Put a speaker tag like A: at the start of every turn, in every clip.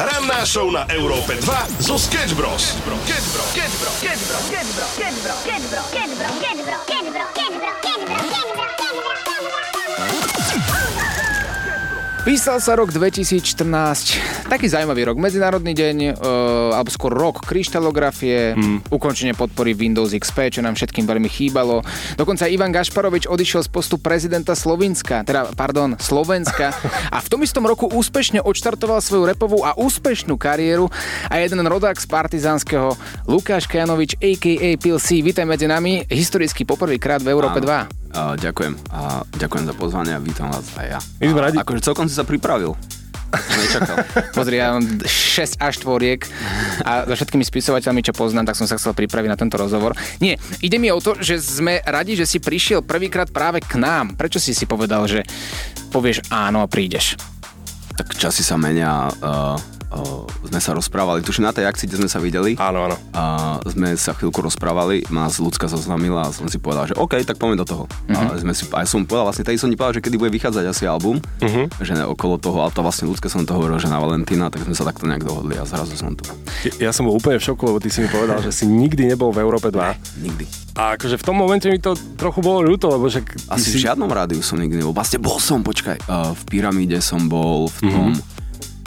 A: Ranná show na Európe 2 zo Sketch Bros. Sketch Bros.
B: Písal sa rok 2014, taký zaujímavý rok, Medzinárodný deň, e, alebo skôr rok kryštalografie, ukončenie podpory Windows XP, čo nám všetkým veľmi chýbalo. Dokonca Ivan Gašparovič odišiel z postu prezidenta Slovenska, teda, pardon, Slovenska a v tom istom roku úspešne odštartoval svoju repovú a úspešnú kariéru a jeden rodák z partizánskeho Lukáš Kajanovič, a.k.a. Pil C. Vítaj medzi nami, historicky poprvýkrát v Európe 2.
C: A, ďakujem. A, ďakujem za pozvanie a vítam vás aj ja.
D: My sme
C: A,
D: radi-
C: Akože celkom si sa pripravil. Nečakal.
B: Pozri, ja mám 6 až tvoriek a so všetkými spisovateľmi, čo poznám, tak som sa chcel pripraviť na tento rozhovor. Nie, ide mi o to, že sme radi, že si prišiel prvýkrát práve k nám. Prečo si si povedal, že povieš áno a prídeš?
C: tak časy sa menia. Uh, uh, sme sa rozprávali, tuším na tej akcii, kde sme sa videli.
D: Áno, áno.
C: A sme sa chvíľku rozprávali, ma z ľudská zoznamila a som si povedal, že OK, tak poďme do toho. A, sme si, a ja som mu povedal, vlastne tady som ti povedal, že kedy bude vychádzať asi album,
D: Mhm.
C: že ne, okolo toho, a to vlastne ľudské som to hovoril, že na Valentína, tak sme sa takto nejak dohodli a zrazu som tu.
D: Ja som bol úplne v šoku, lebo ty si mi povedal, že si nikdy nebol v Európe 2.
C: Nikdy.
D: A akože v tom momente mi to trochu bolo ľúto, lebo že... ty
C: Asi v žiadnom rádiu som nikdy nebol. Vlastne bol som, počkaj, uh, v Pyramíde som bol, v tom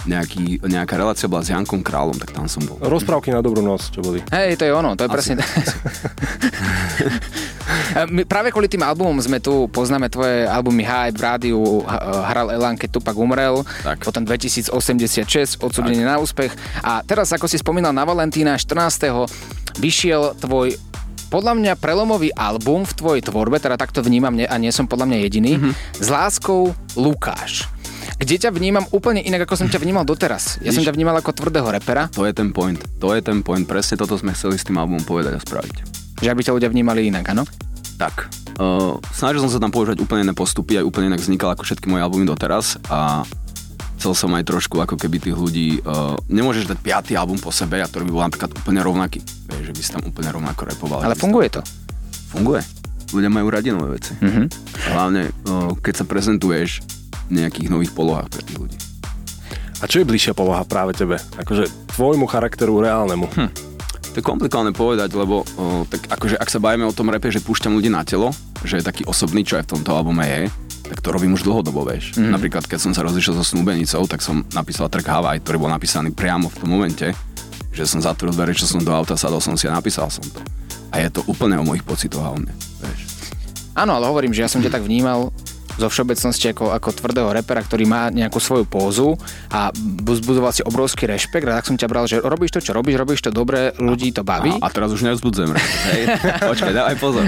C: nejaký, nejaká relácia bola s Jankom Králom, tak tam som bol.
D: Rozprávky na dobrú noc, čo boli.
B: Hej, to je ono, to je presne... A My práve kvôli tým albumom sme tu, poznáme tvoje albumy Hype v rádiu, h- hral Elan, keď Tupac umrel,
C: Tak.
B: potom 2086, odsúdenie na úspech a teraz, ako si spomínal na Valentína 14. vyšiel tvoj podľa mňa prelomový album v tvojej tvorbe, teda takto vnímam ne- a nie som podľa mňa jediný,
C: Mhm.
B: mm-hmm. s láskou Lukáš kde ťa vnímam úplne inak, ako som ťa vnímal doteraz. Ja som
C: Vidíš?
B: ťa vnímal ako tvrdého repera,
C: To je ten point, to je ten point, presne toto sme chceli s tým albumom povedať a spraviť.
B: že aby ťa ľudia vnímali inak, áno?
C: Tak. Uh, snažil som sa tam používať úplne iné postupy, aj úplne inak vznikal ako všetky moje albumy doteraz a chcel som aj trošku ako keby tých ľudí, uh, nemôžeš dať piatý album po sebe a ktorý by bol napríklad úplne rovnaký. Vieš, že by si tam úplne rovnako repoval.
B: Ale
C: že by si
B: funguje to.
C: tam- Funguje. Ľudia majú radi nové veci. Mm-hmm. Hlavne, uh, keď sa prezentuješ v nejakých nových polohách pre tých ľudí.
D: A čo je bližšia poloha práve tebe? Akože tvojmu charakteru reálnemu. Hm.
C: To je komplikované povedať, lebo o, tak akože ak sa bavíme o tom repe, že púšťam ľudí na telo, že je taký osobný, čo aj v tomto albume je, tak to robím už dlhodobo, vieš. Mm. Napríklad, keď som sa rozišiel so snúbenicou, tak som napísal track Hawaii, ktorý bol napísaný priamo v tom momente, že som zatvoril dvere, čo som do auta sadol, som si a napísal som to. A je to úplne o mojich pocitoch a o mne, vieš.
B: Áno, ale hovorím, že ja som ťa tak vnímal zo všeobecnosti ako, ako tvrdého repera, ktorý má nejakú svoju pózu a zbudoval si obrovský rešpekt a tak som ťa bral, že robíš to, čo robíš, robíš to dobre, ľudí to baví.
C: A, a teraz už nevzbudzujem. rap, Hej, počkaj, dávaj pozor.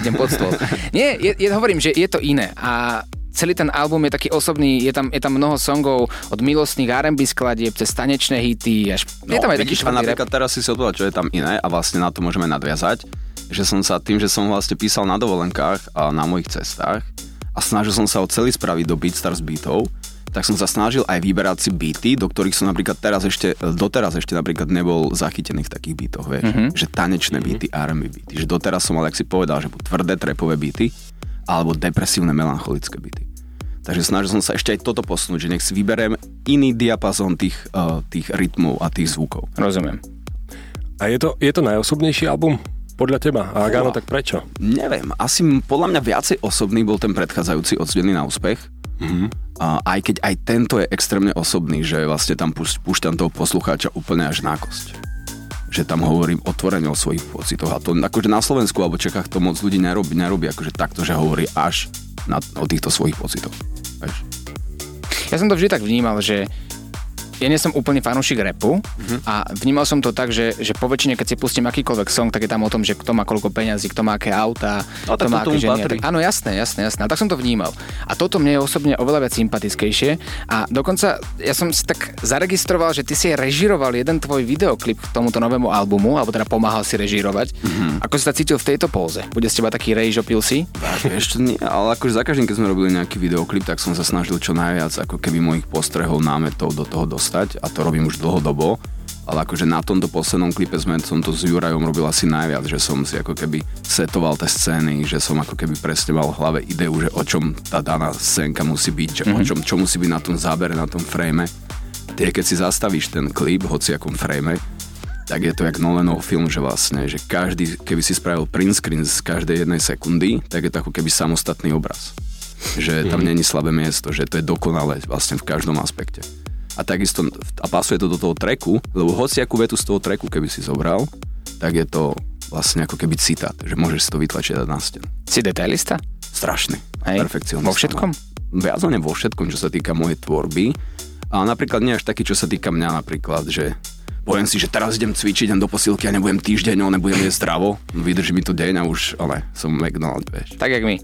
B: Idem pod stôl. Nie, je, je, hovorím, že je to iné a celý ten album je taký osobný, je tam, je tam mnoho songov od milostných R&B skladieb cez tanečné hity, až, je tam aj taký
C: No, vidíš, a
B: švrdý rap.
C: napríklad teraz si si odpovedal, čo je tam iné a vlastne na to môžeme nadviazať, že som sa tým, že som vlastne písal na dovolenkách a na mojich cestách a snažil som sa ho celý spraviť do Beatstars beatov, tak som sa snažil aj vyberať si beaty, do ktorých som napríklad teraz ešte, e, doteraz ešte napríklad nebol zachytený v takých beatoch, vieš,
B: Mhm.
C: mm-hmm. že tanečné beaty, R&B beaty, že doteraz som mal, ak si povedal, že buď tvrdé trepové beaty alebo depresívne melancholické beaty. Takže snažil som sa ešte aj toto posunúť, že nech si vyberiem iný diapazon tých, uh, tých rytmov a tých zvukov.
B: Rozumiem.
D: A je to, je to najosobnejší album? Podľa teba. A ak áno, tak prečo?
C: Neviem, asi m- podľa mňa viacej osobný bol ten predchádzajúci odsudený na úspech. Mm-hmm. A aj keď aj tento je extrémne osobný, že vlastne tam púš- púšťam toho poslucháča úplne až na kosť. Že tam hovorím otvorene o svojich pocitoch a to akože na Slovensku alebo Čechách to moc ľudí nerobí, nerobí akože takto, že hovorí až na, o týchto svojich pocitoch. Vieš?
B: Ja som to vždy tak vnímal, že ja nie som úplne fanúšik repu
C: Mhm.
B: a vnímal som to tak, že, že po väčšine, keď si pustím akýkoľvek song, tak je tam o tom, že kto má koľko peňazí, kto má aké auta,
C: No,
B: kto
C: tak to
B: má aké
C: tomu
B: ženy. a
C: patrí.
B: Tak, áno, jasné, jasné, jasné. A tak som to vnímal. A toto mne je osobne oveľa viac sympatickejšie a dokonca ja som si tak zaregistroval, že ty si režiroval jeden tvoj videoklip k tomuto novému albumu, alebo teda pomáhal si režirovať.
C: Mhm.
B: Ako si sa cítil v tejto póze? Bude z teba taký rejžo pilsi?
C: Ešte nie, ale akože za každým, keď sme robili nejaký videoklip, tak som sa snažil čo najviac ako keby mojich postrehov, námetov do toho dostať a to robím už dlhodobo. Ale akože na tomto poslednom klipe sme, som to s Jurajom robil asi najviac, že som si ako keby setoval tie scény, že som ako keby presne mal v hlave ideu, že o čom tá daná scénka musí byť, že mm-hmm. o čom, čo musí byť na tom zábere, na tom frame. Tie, keď si zastavíš ten klip, hociakom frame, tak je to jak Nolanov film, že vlastne, že každý, keby si spravil print screen z každej jednej sekundy, tak je to ako keby samostatný obraz. Že tam není slabé miesto, že to je dokonalé vlastne v každom aspekte. A takisto, a pasuje to do toho treku, lebo hociakú vetu z toho treku, keby si zobral, tak je to vlastne ako keby citát, že môžeš si to vytlačiť na stenu.
B: Si detailista?
C: Strašný.
B: Hej.
C: Perfekcionista. no.
B: Vo všetkom?
C: Viac menej vo všetkom, čo sa týka mojej tvorby. A napríklad nie až taký, čo sa týka mňa napríklad, že poviem si, že teraz idem cvičiť, idem do posilky a nebudem týždeň, no nebudem jesť zdravo. Vydrží mi to deň a už, ale som McDonald, vieš.
B: Tak, jak my.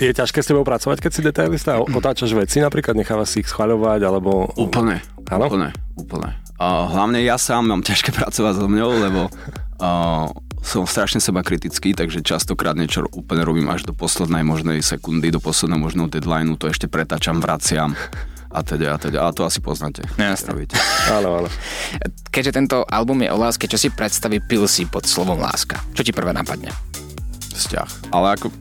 D: Je ťažké s tebou pracovať, keď si detailista? O- Otáčaš veci napríklad, nechávaš si ich schvaľovať, alebo...
C: Úplne,
D: Áno?
C: úplne, úplne. A hlavne ja sám mám ťažké pracovať so mňou, lebo a, som strašne seba kritický, takže častokrát niečo úplne robím až do poslednej možnej sekundy, do posledného možného deadlineu, to ešte pretáčam, vraciam a teda, a teda. A to asi poznáte.
B: Jasné.
C: Robíte.
D: Áno, áno.
B: Keďže tento album je o láske, čo si predstaví Pilsi pod slovom láska? Čo ti prvé napadne?
C: Vzťah. Ale ako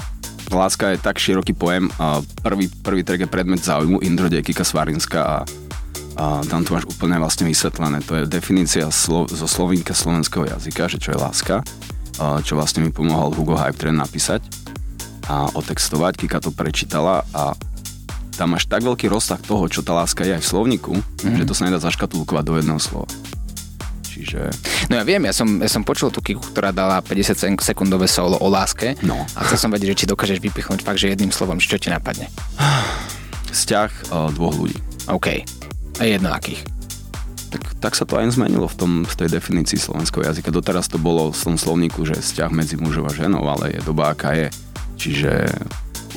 C: láska je tak široký pojem. A prvý, prvý track je predmet záujmu Indro Dekika Svarinska a, a tam to máš úplne vlastne vysvetlené. To je definícia slo, zo slovinka slovenského jazyka, že čo je láska, a čo vlastne mi pomohol Hugo Hype Train napísať a otextovať. Kika to prečítala a tam máš tak veľký rozsah toho, čo tá láska je aj v slovníku, mm-hmm. že to sa nedá zaškatulkovať do jedného slova. Čiže...
B: No ja viem, ja som, ja som počul tú kiku, ktorá dala 50 sekundové solo o láske
C: No.
B: a chcel som vedieť, že či dokážeš vypichnúť fakt, že jedným slovom, čo ti napadne.
C: Vzťah a, dvoch ľudí.
B: OK. A jedno akých.
C: Tak, tak sa to aj zmenilo v, tom, v tej definícii slovenského jazyka. Doteraz to bolo v tom slovníku, že vzťah medzi mužom a ženou, ale je doba, aká je. Čiže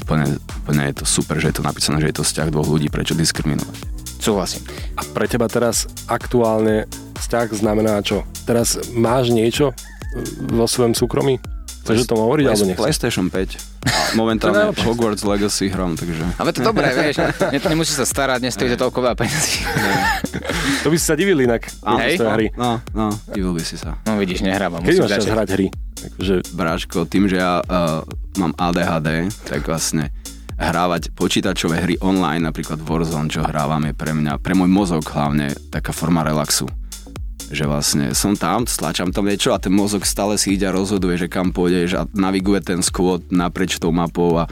C: úplne, úplne je to super, že je to napísané, že je to vzťah dvoch ľudí, prečo diskriminovať.
B: Súhlasím.
D: A pre teba teraz aktuálne vzťah znamená čo? Teraz máš niečo e, vo svojom súkromí? Chceš o tom hovoriť, alebo nechceš?
C: PlayStation 5. A momentálne
D: najlepšie.
C: Hogwarts Legacy hram, takže...
B: Ale to dobré, vieš, ne, nemusíš sa starať, nestojí to toľko veľa peniazí.
D: To by si sa divil inak.
C: Áno,
D: keď
B: Hej.
D: to je hry.
C: No, no, divil by si sa.
B: No vidíš, nehrávam.
D: Kedy
B: musím
D: máš čas
B: začať.
D: hrať hry? Takže
C: Bráško, tým, že ja uh, mám ADHD, tak vlastne hrávať počítačové hry online, napríklad Warzone, čo hrávam, je pre mňa, pre môj mozog hlavne taká forma relaxu. Že vlastne som tam, stlačam tam niečo a ten mozog stále si ide a rozhoduje, že kam pôjdeš a naviguje ten skôd naprieč tou mapou a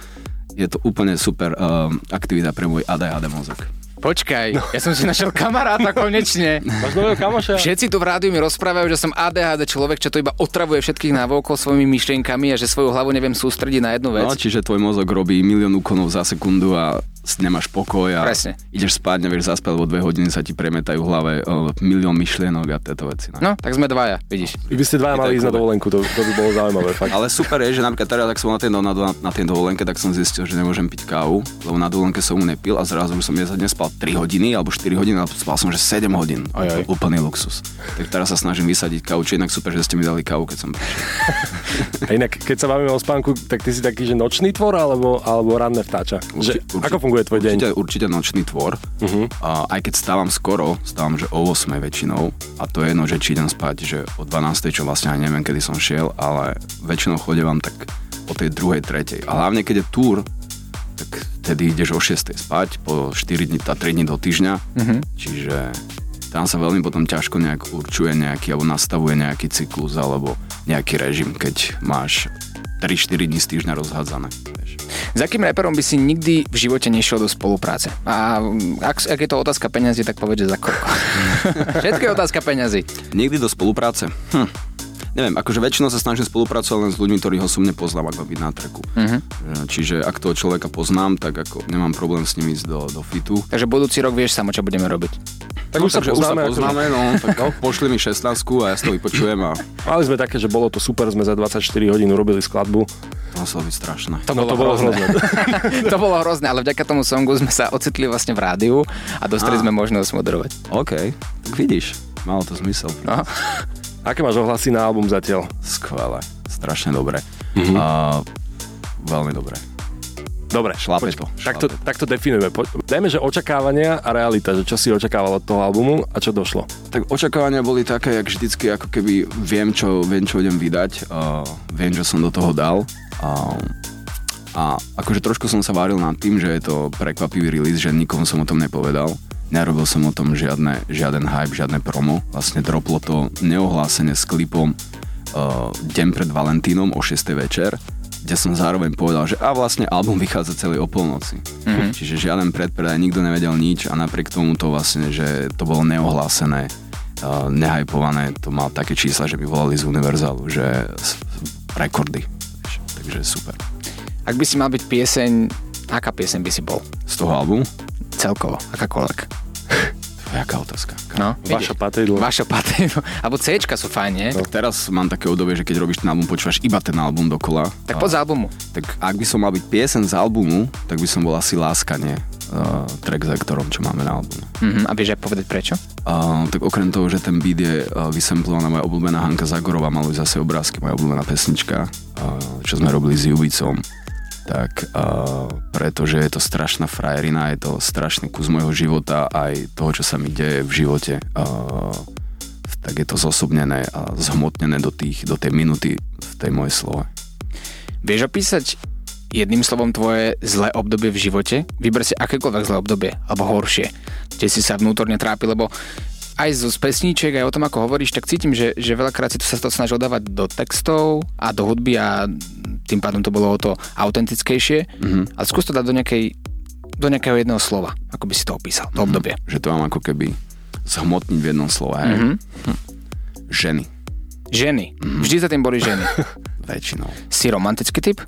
C: je to úplne super um, aktivita pre môj ADHD mozog.
B: Počkaj,
D: No.
B: ja som si našiel kamaráta konečne.
D: máš nového kamoša?
B: Všetci tu v rádiu mi rozprávajú, že som ADHD človek, čo to iba otravuje všetkých návokol svojimi myšlienkami a že svoju hlavu neviem sústrediť na jednu vec.
C: No, čiže tvoj mozog robí milión úkonov za sekundu a s- nemáš pokoj a
B: Presne.
C: ideš spať, nevieš zaspať, lebo dve hodiny sa ti premetajú v hlave o, milión myšlienok a tieto veci. No.
B: No, tak sme dvaja, vidíš.
D: Vy by ste dvaja mali ísť na dovolenku, to, to by bolo zaujímavé. Fakt.
C: Ale super je, že napríklad teraz, ak som na tej, na, na, na tej dovolenke, tak som zistil, že nemôžem piť kávu, lebo na dovolenke som ju nepil a zrazu som ja za dnes spal 3 hodiny alebo 4 hodiny, ale spal som že 7 hodín.
B: Ojoj.
C: Úplný luxus. Tak teraz sa snažím vysadiť kávu, čiže inak super, že ste mi dali kávu, keď som prišiel.
D: A inak, keď sa bavíme o spánku, tak ty si taký, že nočný tvor alebo, alebo ranné vtáča? Že,
C: Urči- urči-
D: ako funguje tvoj deň? Mhm.
C: Určite, určite nočný tvor. Uh-huh. A aj keď stávam skoro, stávam, že o 8 väčšinou. A to je jedno, že či idem spať, že o 12, čo vlastne aj neviem, kedy som šiel, ale väčšinou chodevám tak o tej druhej, tretej. A hlavne, keď je túr, tak vtedy ideš o 6 spať, po 4 dní, tá 3 dní do týždňa.
D: Mhm.
C: Uh-huh. Čiže tam sa veľmi potom ťažko nejak určuje nejaký, alebo nastavuje nejaký cyklus, alebo nejaký režim, keď máš 3-4 dní z týždňa rozhádzané. Vieš.
B: S akým reperom by si nikdy v živote nešiel do spolupráce? A mm, ak, ak je to otázka peňazí, tak povedz, že za koľko. Všetko je otázka peňazí.
C: Niekdy do spolupráce? Hm. Neviem, akože väčšinou sa snažím spolupracovať len s ľuďmi, ktorých osobne poznám, ako byť na treku. Uh-huh. Čiže ak toho človeka poznám, tak ako nemám problém s ním ísť do, do fitu.
B: Takže budúci rok vieš samo, čo budeme robiť.
D: Tak už sa
C: Takže už
D: poznáme.
C: sa
D: akože-
C: poznáme no, tak pošli mi 16 a ja si to vypočujem a
D: Mali sme také, že bolo to super, sme za 24 hodín urobili skladbu.
C: to muselo byť strašné.
B: To
D: No to bolo hrozné.
B: to bolo hrozné, ale vďaka tomu songu sme sa ocitli vlastne v rádiu a dostali
C: Á.
B: sme možnosť moderovať.
C: OK, tak vidíš, malo to zmysel.
B: No.
D: Aké máš ohlasy na album zatiaľ?
C: Skvelé, strašne dobre.
D: Mhm.
C: Uh-huh. A, veľmi dobre.
D: Dobre,
C: Šlápe to,
D: poď.
C: šlápe
D: Tak to,
C: to.
D: tak to definujeme. Po, dajme, že očakávania a realita, že čo si očakával od toho albumu a čo došlo.
C: Tak očakávania boli také, jak vždycky, ako keby viem, čo, viem, čo idem vydať, uh, viem, čo som do toho dal. Uh, a akože trošku som sa varil nad tým, že je to prekvapivý release, že nikomu som o tom nepovedal. Nerobil som o tom žiadne, žiaden hype, žiadne promo. Vlastne droplo to neohlásenie s klipom uh, deň pred Valentínom o 6. večer, kde som zároveň povedal, že a vlastne album vychádza celý o polnoci. Mm-hmm. Čiže žiaden predpredaj, nikto nevedel nič a napriek tomu to vlastne, že to bolo neohlásené, uh, nehypované, to mal také čísla, že by volali z Univerzálu, že s- rekordy. Takže super.
B: Ak by si mal byť pieseň, aká pieseň by si bol?
C: Z toho albumu?
B: Celkovo, akákoľvek.
C: Jaká otázka?
B: No,
D: Vaša
B: vidíš.
D: patridlo.
B: Vaša paténo. Alebo C sú fajn, nie?
C: Tak teraz mám také obdobie, že keď robíš ten album, počúvaš iba ten album dokola.
B: Tak poď z albumu.
C: tak ak by som mal byť piesen z albumu, tak by som bol asi Láskanie, uh, track, za ktorom čo máme na albume.
B: Mhm, a vieš aj povedať prečo?
C: Uh, tak okrem toho, že ten beat je uh, vysemplovaná moja obľúbená Hanka Zagorová, maluj zase obrázky, moja obľúbená pesnička, uh, čo sme robili s Jubicom, tak uh, pretože je to strašná frajerina, je to strašný kus mojho života, aj toho, čo sa mi deje v živote, uh, tak je to zosobnené a zhmotnené do, tých, do tej minuty v tej mojej slove.
B: Vieš opísať jedným slovom tvoje zlé obdobie v živote? Vyber si akékoľvek zlé obdobie, alebo horšie, kde si sa vnútorne trápi, lebo aj zo z pesníček, aj o tom, ako hovoríš, tak cítim, že, že veľakrát si to sa to snažil dávať do textov a do hudby a tým pádom to bolo o to autentickejšie. Mm-hmm. Ale skús to dať do, nejakej, do nejakého jedného slova, ako by si to opísal, to obdobie.
C: že to mám ako keby zhmotniť v jednom slove. Mm-hmm.
B: Mm-hmm.
C: Ženy
B: Ženy. Vždy za tým boli ženy.
C: väčšinou.
B: si romantický typ?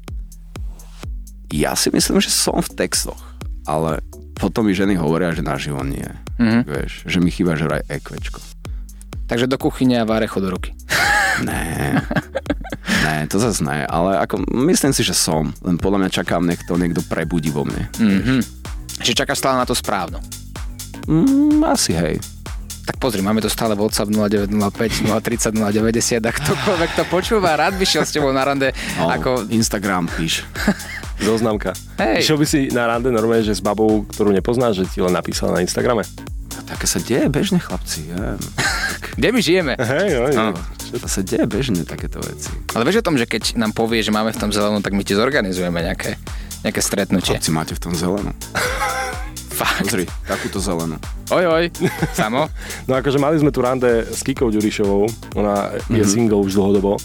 C: Ja si myslím, že som v textoch, ale potom mi ženy hovoria, že naživo nie.
B: Mhm.
C: Vieš, že mi chýba že aj ekvečko.
B: Takže do kuchyne a váre chod do ruky.
C: Ne, ne, to zase ne, ale ako, myslím si, že som. Len podľa mňa čakám, nech to niekto prebudí vo mne.
B: Mhm. Že čaká stále na to správnu.
C: Mm, asi hej.
B: Tak pozri, máme to stále WhatsApp 0905, 030, 090 a ktokoľvek to počúva, rád by šiel s tebou na rande.
C: No,
B: Ako,
C: Instagram píš.
D: Zoznamka.
B: Hej.
D: Išiel by si na rande normálne, že s babou, ktorú nepoznáš, že ti len napísala na Instagrame.
C: A Také sa deje bežne, chlapci. Ja.
B: kde my žijeme?
D: Hej, hej,
B: No.
D: hej.
C: To sa deje bežne, takéto veci.
B: Ale vieš o tom, že keď nám povie, že máme v tom zelenú, tak my ti zorganizujeme nejaké, nejaké stretnutie.
C: Chlapci, máte v tom zelenú.
B: Fakt.
C: Pozri, takúto zelenú.
B: Oj, oj. Samo?
D: No akože mali sme tu rande s Kikou Ďurišovou, ona je single už dlhodobo,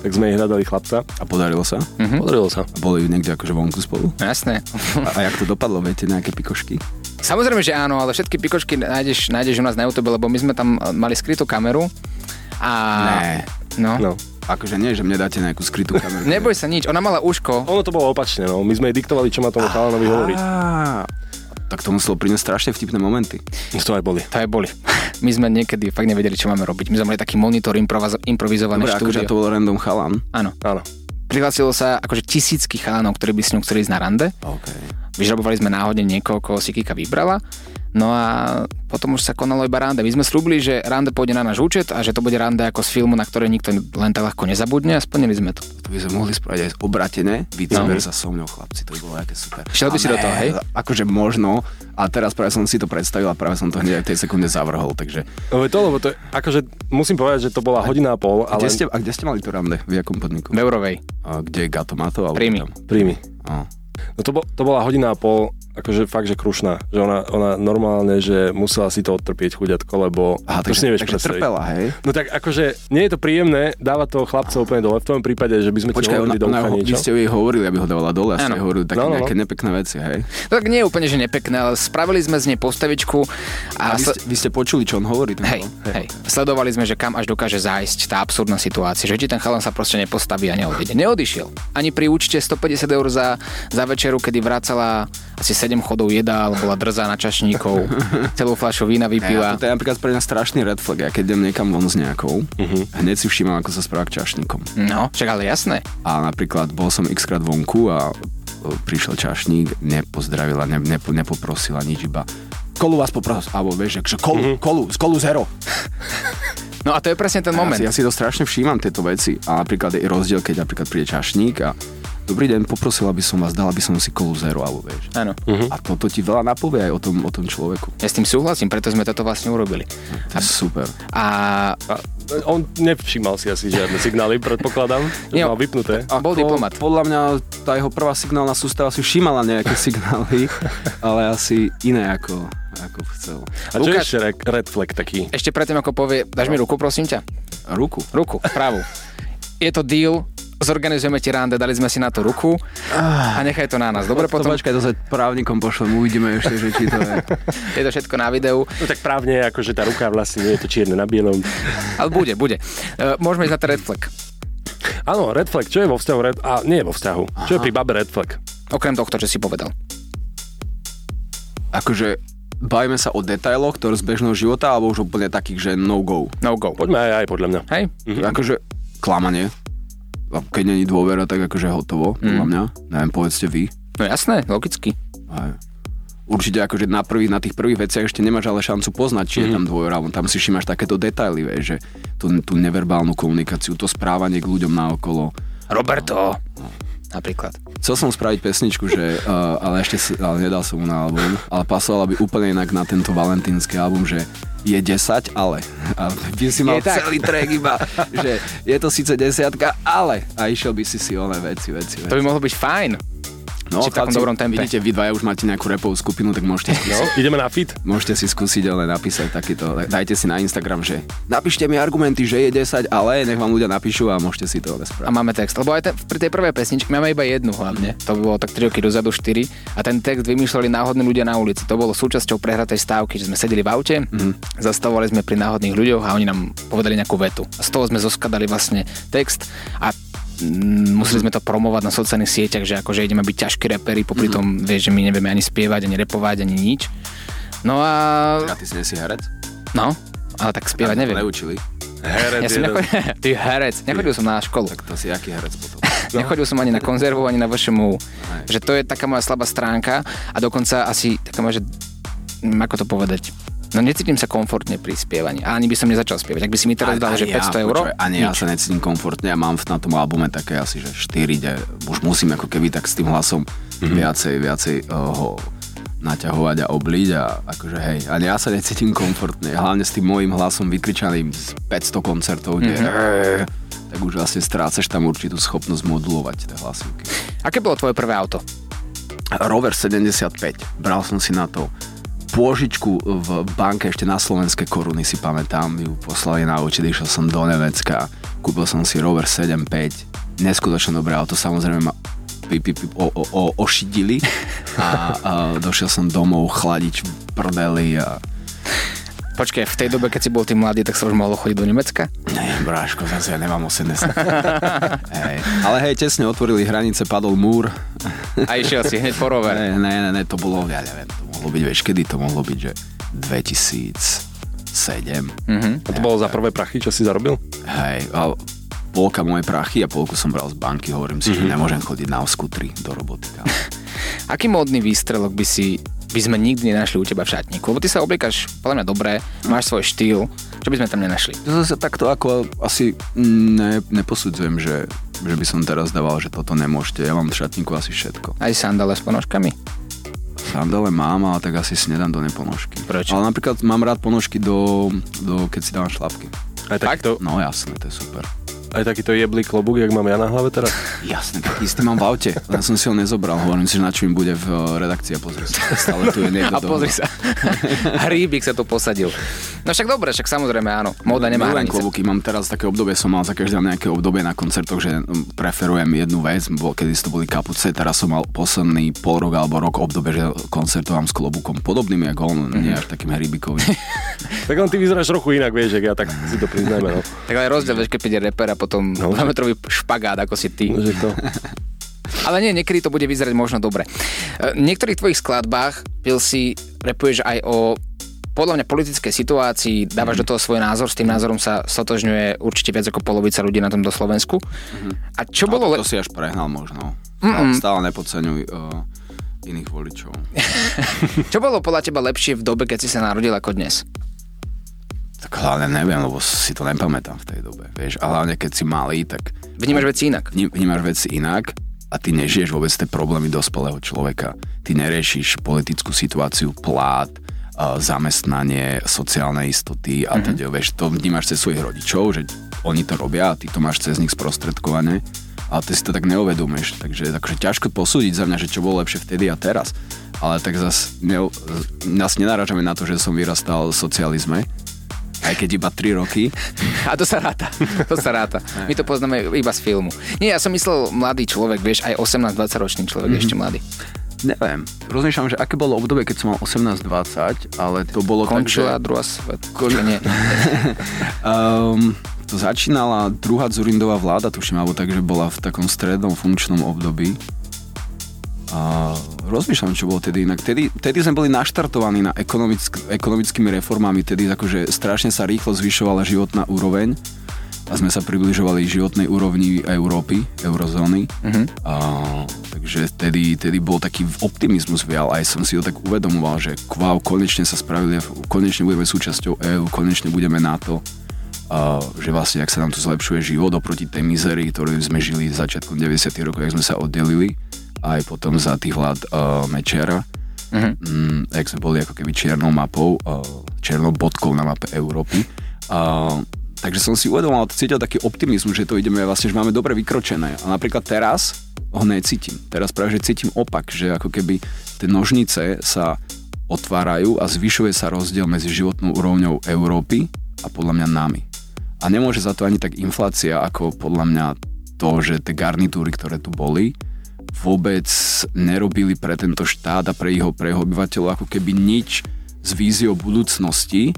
D: tak sme jej hľadali chlapca.
C: A podarilo sa?
B: Mhm.
D: Podarilo sa.
C: Boli niekde akože vonku spolu?
B: No, jasné.
C: A, a jak to dopadlo, viete, nejaké pikošky?
B: Samozrejme, že áno, ale všetky pikošky nájdeš, nájdeš u nás na YouTube, lebo my sme tam eh, mali skrytú kameru a...
C: Ne.
B: No.
D: No.
C: Akože nie, že mne dáte nejakú skrytú kameru.
B: Neboj sa nič, ona mala uško.
D: Ono to bolo opačne, no. My sme jej diktovali, čo má tomu chalanovi hovoriť.
C: Á, Tak to muselo priniesť strašne vtipné momenty.
D: To aj boli.
B: To aj boli. My sme niekedy fakt nevedeli, čo máme robiť. My sme mali taký monitor improviz- improvizované
C: Dobre,
B: štúdio.
C: akože to bol random chalan.
B: Áno.
D: Áno.
B: Prihlasilo sa akože tisícky chalanov, ktorí by s ňou chceli ísť na rande.
C: OK.
B: Vyžrabovali sme náhodne niekoho, koho si Kika vybrala. No a potom už sa konalo iba rande. My sme slúbili, že rande pôjde na náš účet a že to bude rande ako z filmu, na ktoré nikto len tak ľahko nezabudne a splnili sme to.
C: To by sme mohli spraviť aj obratené, vice versa so mnou, chlapci, to by bolo aké super.
B: Šiel by
C: A
B: si do
C: ne,
B: toho, hej?
C: Akože možno, a teraz práve som si to predstavil a práve som to hneď aj v tej sekunde zavrhol, takže...
D: Lebo je No, to, lebo to je, akože musím povedať, že to bola hodina a pol, ale...
C: Kde ste, a kde ste mali to rande? V jakom podniku?
B: V Eurovej.
C: A kde je Gatomato? alebo
B: Príjmi.
C: tam?
D: Príjmi.
C: Á.
D: No to, bo, to bola hodina a pol, akože fakt, že krušná. Že ona, ona normálne, že musela si to odtrpieť chuďatko, lebo
C: Aha,
D: to
C: takže,
D: si nevieš
C: takže
D: predstaviť.
C: trpela, hej?
D: No tak akože nie je to príjemné, dáva to chlapca úplne dole. V tom prípade, že by sme
C: Počkaj, ona,
D: ti hovorili do
C: ona,
D: ucha
C: ho- vy
D: niečo.
C: ste ju jej hovorili, aby ho dávala dole a ste
B: Áno.
C: jej hovorili také
D: No, no, no.
C: nejaké nepekné veci, hej?
B: No tak nie je úplne, že nepekné, ale spravili sme z nej postavičku
C: A
B: a,
C: vy ste, vy ste počuli, čo on hovorí? Ten
B: Hej, hej. Sledovali sme, že kam až dokáže zájsť tá absurdná situácia, že ti ten chalan sa proste nepostaví a neodíde. Neodišiel. Ani pri účte 150 eur za, za večeru, kedy vracala asi 7 chodov jedál, bola drzá na čašníkov, celú fľašu vína
C: Ja,
B: vypila.
C: to je napríklad pre mňa strašný red flag. Ja keď idem niekam von s nejakou, hneď si všímam, ako sa správa k čašníkom.
B: No, však ale jasné.
C: A napríklad bol som xkrát vonku a e, prišiel čašník, nepozdravila, ne, nepo, nepoprosila nič, iba kolu vás poprosím, alebo vieš, že kolu, kolu, z kolu zero.
B: No a to je presne ten moment.
C: Ja si, ja si to strašne všímam, tieto veci. A napríklad je rozdiel, keď napríklad príde čašník a dobrý deň, poprosila by som vás, dala by som si kolu zero, alebo vieš.
B: Áno.
C: A toto ti veľa napovie aj o tom, o tom človeku.
B: Ja s tým súhlasím, preto sme toto vlastne urobili.
C: To je super.
B: A
D: A on nevšímal si asi žiadne signály, predpokladám.
B: Nie.
D: Nie. Mal vypnuté.
B: A bol diplomat.
C: Podľa mňa tá jeho prvá signálna sústava si všímala nejaké signály, ale asi iné ako, ako chcel.
D: A čo
B: Lukáš-
D: je ešte re- red flag taký?
C: Eh.
B: Ešte predtým, ako povie, dáš mi ruku, prosím ťa.
C: Ruku.
B: Ruku, pravú. Je to deal, zorganizujeme ti rande, dali sme si na to ruku a nechaj to na nás. Dobre,
C: To
B: potom
C: Počkaj, to sa právnikom pošlem, uvidíme ešte, že či to je.
B: je to všetko na videu.
D: No tak právne, akože tá ruka vlastne nie je to čierne na bielom.
B: Ale bude, bude. E, Môžeme ísť na ten red flag.
D: Áno, red flag, čo je vo vzťahu red... A nie je vo vzťahu. Čo je pri babe red flag?
B: Okrem tohto, čo si povedal.
C: Akože bavíme sa o detailoch, ktoré z bežného života, alebo už úplne takých, že no go.
B: No go.
D: Poďme aj, aj podľa mňa.
B: Hej?
C: Mm-hmm. Akože klamanie. A Keď není dôvera, tak akože hotovo, podľa mňa. Neviem, povedzte vy.
B: No jasné, logicky.
C: Aj. Určite akože na, prvých, na tých prvých veciach ešte nemáš ale šancu poznať, či
B: Mhm.
C: je tam dôvera, lebo tam si všimáš takéto detaily, vieš, že tú, tú neverbálnu komunikáciu, to správanie k ľuďom naokolo.
B: Roberto. Napríklad.
C: Chcel som spraviť pesničku, že, uh, ale ešte si, ale nedal som mu na album, ale pasovala by úplne inak na tento valentínsky album, že je 10, ale. A by si mal
B: Je tak.
C: celý track iba, že je to síce desiatka, ale. A išiel by si si one veci, veci,
B: To
C: veci.
B: by mohlo byť fajn.
C: No,
B: či v takom dobrom tempe.
C: Vidíte, vy dvaja už máte nejakú repovú skupinu, tak môžete si
D: No, ideme na fit.
C: Môžete si skúsiť ale napísať takýto, dajte si na Instagram, že napíšte mi argumenty, že je 10, ale nech vám ľudia napíšu a môžete si to ale
B: A
C: spraviť.
B: máme text. Lebo aj ten, pri tej prvej pesničke máme iba jednu hlavne. To bolo tak 3 roky dozadu 4. A ten text vymýšľali náhodní ľudia na ulici. To bolo súčasťou prehratej stávky, že sme sedeli v aute, mm. zastavovali sme pri náhodných ľuďoch a oni nám povedali nejakú vetu. A z toho sme zoskadali vlastne text a mm, museli sme to promovať na sociálnych sieťach, že akože ideme byť ťažkí repery, popri tom vieš, že my nevieme ani spievať, ani repovať, ani nič. No a...
C: A ty si nesi herec?
B: No, ale tak spievať
C: Ani to
B: neviem.
C: Neučili.
D: Herec
B: Ja som
D: jeden.
B: nechodil, ty herec, nechodil som na školu.
C: Tak to si aký herec potom?
B: No. Nechodil som ani na konzervu, ani na VŠMU. Že to je taká moja slabá stránka a dokonca asi taká moja, že... mm, Ako to povedať? No necítim sa komfortne pri spievaní. A ani by som nezačal spievať. Ak by si mi teraz dal, že 500 eur,
C: počúvaj, Ani ja sa necítim komfortne a mám v- na tom albume také asi, že 4, kde už musím ako keby tak s tým hlasom
B: Mhm.
C: mm-hmm. viacej, viacej uh, ho naťahovať a obliť a akože hej, ani ja sa necítim komfortne, hlavne s tým môjim hlasom vykričaným z 500
B: Mhm.
C: koncertov, kde mm-hmm. tak už vlastne strácaš tam určitú schopnosť modulovať tie hlasivky.
B: Aké bolo tvoje prvé auto?
C: Rover 75. Bral som si na to pôžičku v banke ešte na slovenské koruny, si pamätám, mi ju poslali na účet, išiel som do Nemecka, kúpil som si Rover 75, neskutočne dobré auto, samozrejme ma pip, pip, pip, o, o, o, ošidili a, a došiel som domov, chladič v prdeli a
B: Počkaj, v tej dobe, keď si bol ty mladý, tak sa už mohlo chodiť do Nemecka?
C: Ne, bráško, zase ja nemám 80. hej. Ale hej, tesne otvorili hranice, padol múr.
B: A išiel si hneď po rover.
C: Ne, ne, ne, ne, to bolo, ja neviem, to mohlo byť, vieš, kedy to mohlo byť, že 2007,
B: Mhm.
D: A to bolo za prvé prachy, čo si zarobil?
C: hej, ale polka moje prachy a polku som bral z banky, hovorím si, že nemôžem chodiť na skutri do roboty. Kam.
B: Aký módny výstrelok by si by sme nikdy nenašli u teba v šatníku? Lebo ty sa obliekaš podľa mňa dobre, máš svoj štýl, čo by sme tam nenašli?
C: To zase takto ako asi ne, neposudzujem, že, že by som teraz dával, že toto nemôžete, ja mám v šatníku asi všetko.
B: Aj sandále s ponožkami?
C: Sandále mám, ale tak asi si nedám do neponožky.
B: Prečo?
C: Ale napríklad mám rád ponožky do, do keď si dávam šlapky.
D: Aj takýto,
C: No jasné, to je super.
D: aj takýto jeblý klobúk, jak mám ja na hlave teraz?
C: Jasné, tak isté mám v aute, len som si ho nezobral. Hovorím si, že na čo im bude v eh, redakcii a pozri sa. Stále tu je niekto
B: A pozri sa, hríbik sa tu posadil. No však dobre, však samozrejme áno, móda nemá
C: Milujem
B: hranice.
C: klobúky, mám teraz také obdobie, som mal za každé nejaké obdobie na koncertoch, že mm, preferujem jednu vec, bol, kedy to boli kapuce, teraz som mal posledný pol rok alebo rok obdobie, že koncertovám s klobúkom podobným ako on,
B: Mhm.
C: nie až takým hrybikovým.
D: Tak len ty vyzeráš trochu inak, vieš, jak ja, tak si to priznajme, no.
B: Tak ale rozdiel, vieš, keď príde reper a potom no.
D: No.
B: metrový špagát ako si ty.
D: Že to...
B: Ale nie, niekedy to bude vyzerať možno dobre. E, V niektorých tvojich skladbách, Pil si, repuješ aj o podľa mňa politickej situácii, dávaš do toho svoj názor, s tým názorom sa sotožňuje určite viac ako polovica ľudí na tomto Slovensku. A čo bolo...
C: Ale
B: Le-
C: No, to si až prehnal možno.
B: Mm-mm.
C: Stále nepodceňuj eh, iných voličov.
B: Čo bolo podľa teba lepšie v dobe, keď si sa narodil ako dnes?
C: Tak hlavne neviem, lebo si to nepamätám v tej dobe, vieš. A hlavne keď si malý, tak
B: Vnímaš
C: No.
B: veci inak.
C: vní- vnímaš veci inak a ty nežiješ vôbec tie problémy dospelého človeka. Ty neriešiš politickú situáciu, plát, a a zamestnanie, sociálne istoty a mm-hmm. teda, vieš, to vnímaš cez svojich rodičov, že oni to robia a ty to máš cez nich sprostredkované a ty si to tak neuvedomíš, takže akože ťažko posúdiť za mňa, že čo bolo lepšie vtedy a teraz. Ale tak zase ne, nás nenarážame na to, že som vyrastal v socializme, aj keď iba 3 roky.
B: A to sa ráta, to sa ráta. My to poznáme iba z filmu. Nie, ja som myslel mladý človek, vieš, aj 18-20 ročný človek, mm-hmm. ešte
D: Mhm.
B: mladý.
C: Neviem, rozmýšľam, že aké bolo obdobie, keď som mal 18-20, ale to
D: No,
C: bolo
B: Končila
C: tak, že...
B: druhá svet. Kon... Nie.
C: Um, to začínala druhá Dzurindová vláda, tuším, alebo tak, že bola v takom strednom funkčnom období. A rozmýšľam, čo bolo tedy inak. Tedy, tedy sme boli naštartovaní na ekonomick, ekonomickými reformami, tedy akože strašne sa rýchlo zvyšovala životná úroveň a sme sa približovali životnej úrovni Európy, eurozóny.
B: Mhm.
C: A, takže vtedy, vtedy bol taký optimizmus vial, aj som si ho tak uvedomoval, že wow, konečne sa spravili, konečne budeme súčasťou EÚ, konečne budeme NATO. A, že vlastne, ak sa nám tu zlepšuje život oproti tej mizerii, ktorú sme žili začiatkom 90. rokov, ak sme sa oddelili, aj potom za tých vlád uh, Mečera,
B: Mhm.
C: mm, jak sme boli ako keby čiernou mapou, uh, čiernou bodkou na mape Európy. Uh, takže som si uvedomoval, cítil taký optimizmus, že to ideme vlastne, že máme dobre vykročené. A napríklad teraz ho necítim. Teraz práve, že cítim opak, že ako keby tie nožnice sa otvárajú a zvyšuje sa rozdiel medzi životnou úrovňou Európy a podľa mňa nami. A nemôže za to ani tak inflácia, ako podľa mňa to, že tie garnitúry, ktoré tu boli, vôbec nerobili pre tento štát a pre jeho, pre jeho obyvateľov ako keby nič s víziou budúcnosti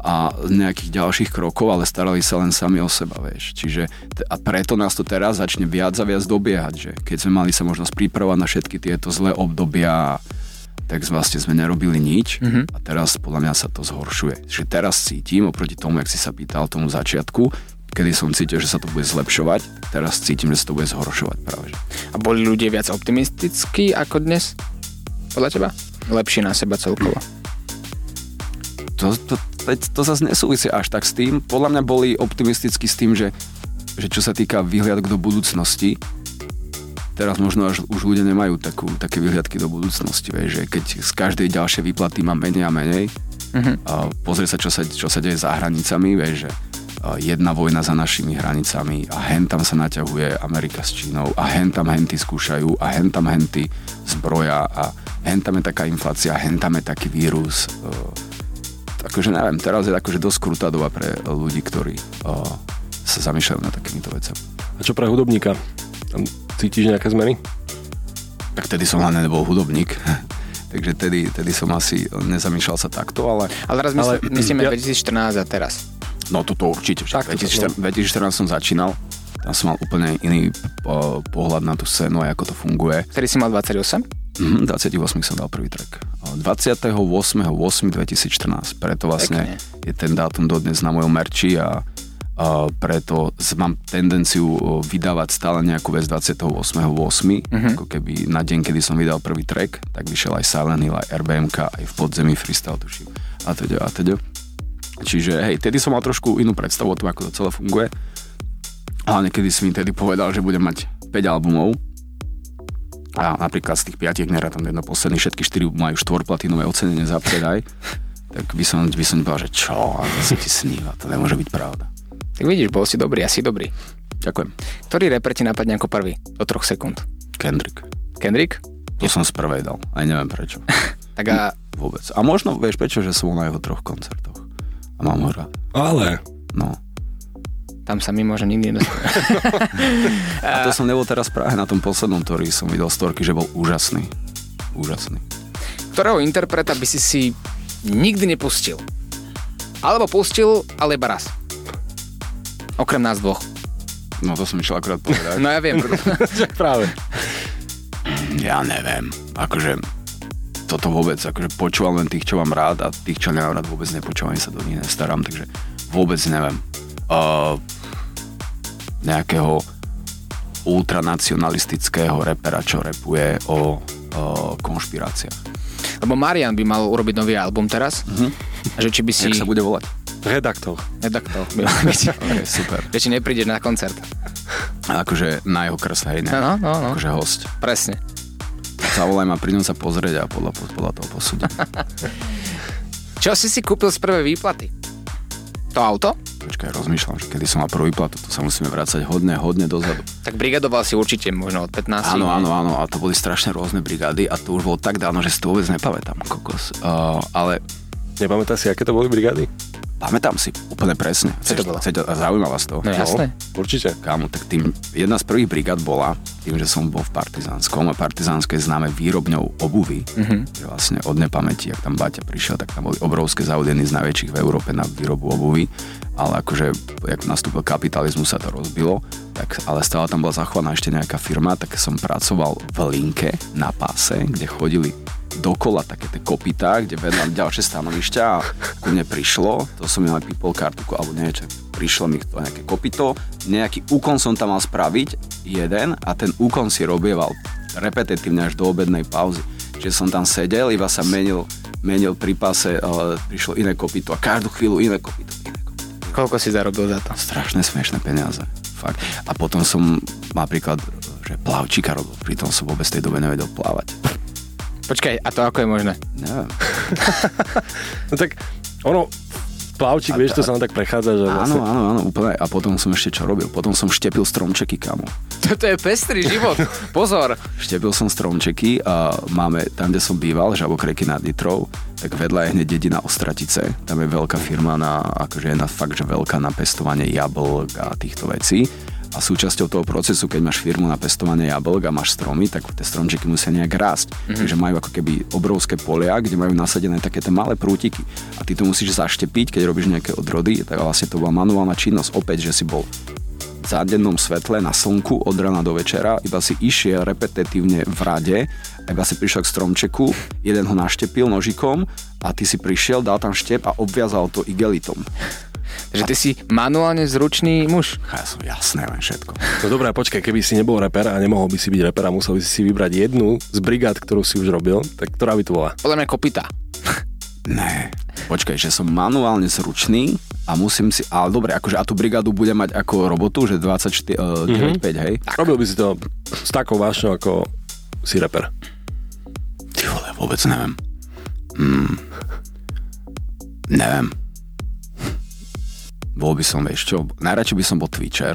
C: a nejakých ďalších krokov, ale starali sa len sami o seba, vieš. Čiže t- a preto nás to teraz začne viac a viac dobiehať, že keď sme mali sa možnosť pripravovať na všetky tieto zlé obdobia, tak vlastne sme nerobili nič mm-hmm. a teraz podľa mňa sa to zhoršuje. Čiže teraz cítim, oproti tomu, jak si sa pýtal tomu začiatku, kedy som cítil, že sa to bude zlepšovať, tak teraz cítim, že sa to bude zhoršovať práve. Že.
B: A boli ľudia viac optimistickí ako dnes? Podľa teba? Lepší na seba celkovo.
C: to, to, to, to zase nesúvisí až tak s tým. Podľa mňa boli optimistickí s tým, že, že čo sa týka vyhliadok do budúcnosti, teraz možno až už ľudia nemajú takú, také vyhliadky do budúcnosti, vieš, že keď z každej ďalšej výplaty mám menej a menej,
B: Mhm.
C: a pozrie sa čo, sa, čo sa deje za hranicami, vieš, že a jedna vojna za našimi hranicami a hen tam sa naťahuje Amerika s Čínou a hen tam henty skúšajú a hen tam henty zbroja a hen tam je taká inflácia, hen tam je taký vírus. e, akože neviem, teraz je akože dosť krutá doba pre ľudí, ktorí o, sa zamýšľajú nad takýmito vecami.
D: A čo pre hudobníka? Tam cítiš nejaké zmeny?
C: Tak tedy som hlavne nebol hudobník, takže tedy, tedy som asi nezamýšľal sa takto, ale
B: Ale teraz mysl,
D: Ale-
B: myslíme 2014
D: ja-
B: a teraz.
C: no toto určite. však
D: Tak, toto-
C: 2014, 2014 som začínal, tam som mal úplne iný po, pohľad na tú scénu a ako to funguje.
B: Vtedy si mal 28?
C: Mhm, 28 som dal prvý track. 28.8.2014, preto vlastne Pekne. je ten dátum dodnes na mojom merči a, a preto z- mám tendenciu o, vydávať stále nejakú vec 28.8., mm-hmm. ako keby na deň, kedy som vydal prvý track, tak vyšiel aj Silent Hill, aj RBMK, aj v podzemí freestyle, tuším, a teda, a teda. Čiže hej, tedy som mal trošku inú predstavu o tom, ako to celé funguje. Ale niekedy si mi tedy povedal, že budem mať 5 albumov. A napríklad z tých 5 nerátam jedno posledný, všetky 4 majú štvorplatinové ocenenie za predaj. Tak by som, by som povedal, že čo, a to si ti sníva, to nemôže byť pravda.
B: Tak vidíš, bol si dobrý, asi dobrý.
C: Ďakujem.
B: Ktorý reper ti napadne ako prvý? Do troch sekúnd.
C: Kendrick.
B: Kendrick?
C: To som z prvej dal, aj neviem prečo.
B: Tak a
C: Vôbec. A možno, vieš prečo, že som bol na jeho troch koncertoch. A mám ho rád.
D: Ale.
C: No.
B: tam sa my možno nikdy nedostane.
C: A to som nebol teraz práve na tom poslednom, ktorý som videl z Torky, že bol úžasný. Úžasný.
B: Ktorého interpreta by si si nikdy nepustil? Alebo pustil, ale iba raz. Okrem nás dvoch.
C: No to som išiel akurát povedať.
B: No ja viem.
D: Čak práve.
C: Ja neviem. Akože toto vôbec, akože počúvam len tých, čo mám rád a tých, čo nemám rád, vôbec nepočúvam, ani sa do nich nestarám, takže vôbec neviem. Uh, nejakého ultranacionalistického repera, čo repuje o uh, konšpiráciách.
B: Lebo Marian by mal urobiť nový album teraz. Mm-hmm. Že či by si...
C: Mhm. Jak sa bude volať?
D: Redaktor.
B: Redaktor by mal byť.
C: Okay, super.
B: Že či neprídeš na koncert.
C: A akože na jeho krs, hej, ne?
B: No, no, no.
C: Akože host.
B: Presne.
C: Zavolaj ma, prídem sa pozrieť a podľa, podľa toho posúdim.
B: Čo si si kúpil z prvej výplaty? To auto?
C: Počkaj, rozmýšľam, že kedy som mal prvú platu, to sa musíme vrácať hodne, hodne dozadu.
B: Tak brigadoval si určite možno od 15.
C: Áno, áno, áno, a to boli strašne rôzne brigády a to už bolo tak dávno, že si to vôbec nepamätám, kokos. Uh, ale
D: Nepamätá si, aké to boli brigády?
C: pamätám si úplne presne.
B: Čo to bolo?
C: Chceš, a zaujíma vás to?
B: No jasné.
D: Určite.
C: Kámo, tak tým, jedna z prvých brigád bola, tým, že som bol v Partizánskom a Partizánske je známe výrobňou obuvy,
B: Mhm.
C: mm-hmm. vlastne od nepamäti, ak tam Baťa prišiel, tak tam boli obrovské zaudený z najväčších v Európe na výrobu obuvy, ale akože, jak nastúpil kapitalizmus, sa to rozbilo, tak, ale stále tam bola zachovaná ešte nejaká firma, tak som pracoval v linke na páse, kde chodili dokola také tie kopytá, kde vedľa ďalšie stanovišťa a ku mne prišlo, to som mal people kartuku alebo niečo, prišlo mi to nejaké kopyto, nejaký úkon som tam mal spraviť, jeden, a ten úkon si robieval repetitívne až do obednej pauzy. Čiže som tam sedel, iba sa menil, menil pri pase, ale prišlo iné kopyto a každú chvíľu iné kopyto, iné kopyto
B: Koľko si zarobil za to?
C: strašne smiešné peniaze. Fakt. A potom som napríklad, že plavčíka robil, pritom som vôbec v tej dobe nevedel plávať.
B: Počkaj, a to ako je možné?
C: Neviem.
D: No tak ono, plavčík, vieš, to sa nám tak prechádza, že
C: Áno,
D: vlastne...
C: áno, áno, úplne. A potom som ešte čo robil? Potom som štepil stromčeky, kamo.
B: Toto je pestrý život. Pozor.
C: Štepil som stromčeky a máme tam, kde som býval, Žabokreky nad Nitrou, tak vedľa je hneď dedina Ostratice. Tam je veľká firma na, akože je na fakt, že veľká na pestovanie jablk a týchto vecí. A súčasťou toho procesu, keď máš firmu na pestovanie jablk a máš stromy, tak tie stromčeky musia nejak rásť. Mm-hmm. Takže majú ako keby obrovské polia, kde majú nasadené také tie malé prútiky. A ty to musíš zaštepiť, keď robíš nejaké odrody, tak vlastne to bola manuálna činnosť. Opäť, že si bol za dennom svetle na slnku od rana do večera, iba si išiel repetitívne v rade, a iba si prišiel k stromčeku, jeden ho naštepil nožikom a ty si prišiel, dal tam štep a obviazal to igelitom.
B: Že ty si manuálne zručný muž.
C: A ja som jasné len všetko.
D: No dobré, počkaj, keby si nebol reper a nemohol by si byť reper a musel by si si vybrať jednu z brigád, ktorú si už robil, tak ktorá by to bola?
B: Podľa mňa kopita.
C: Ne. Počkaj, že som manuálne zručný a musím si... Ale dobre, akože a tú brigádu bude mať ako robotu, že 24, mm-hmm. 9, hej?
D: Robil by si to s takou vášňou, ako si reper.
C: Ty vole, vôbec neviem. Mm. Neviem. Bol by som, vieš čo, najradšej by som bol Twitcher,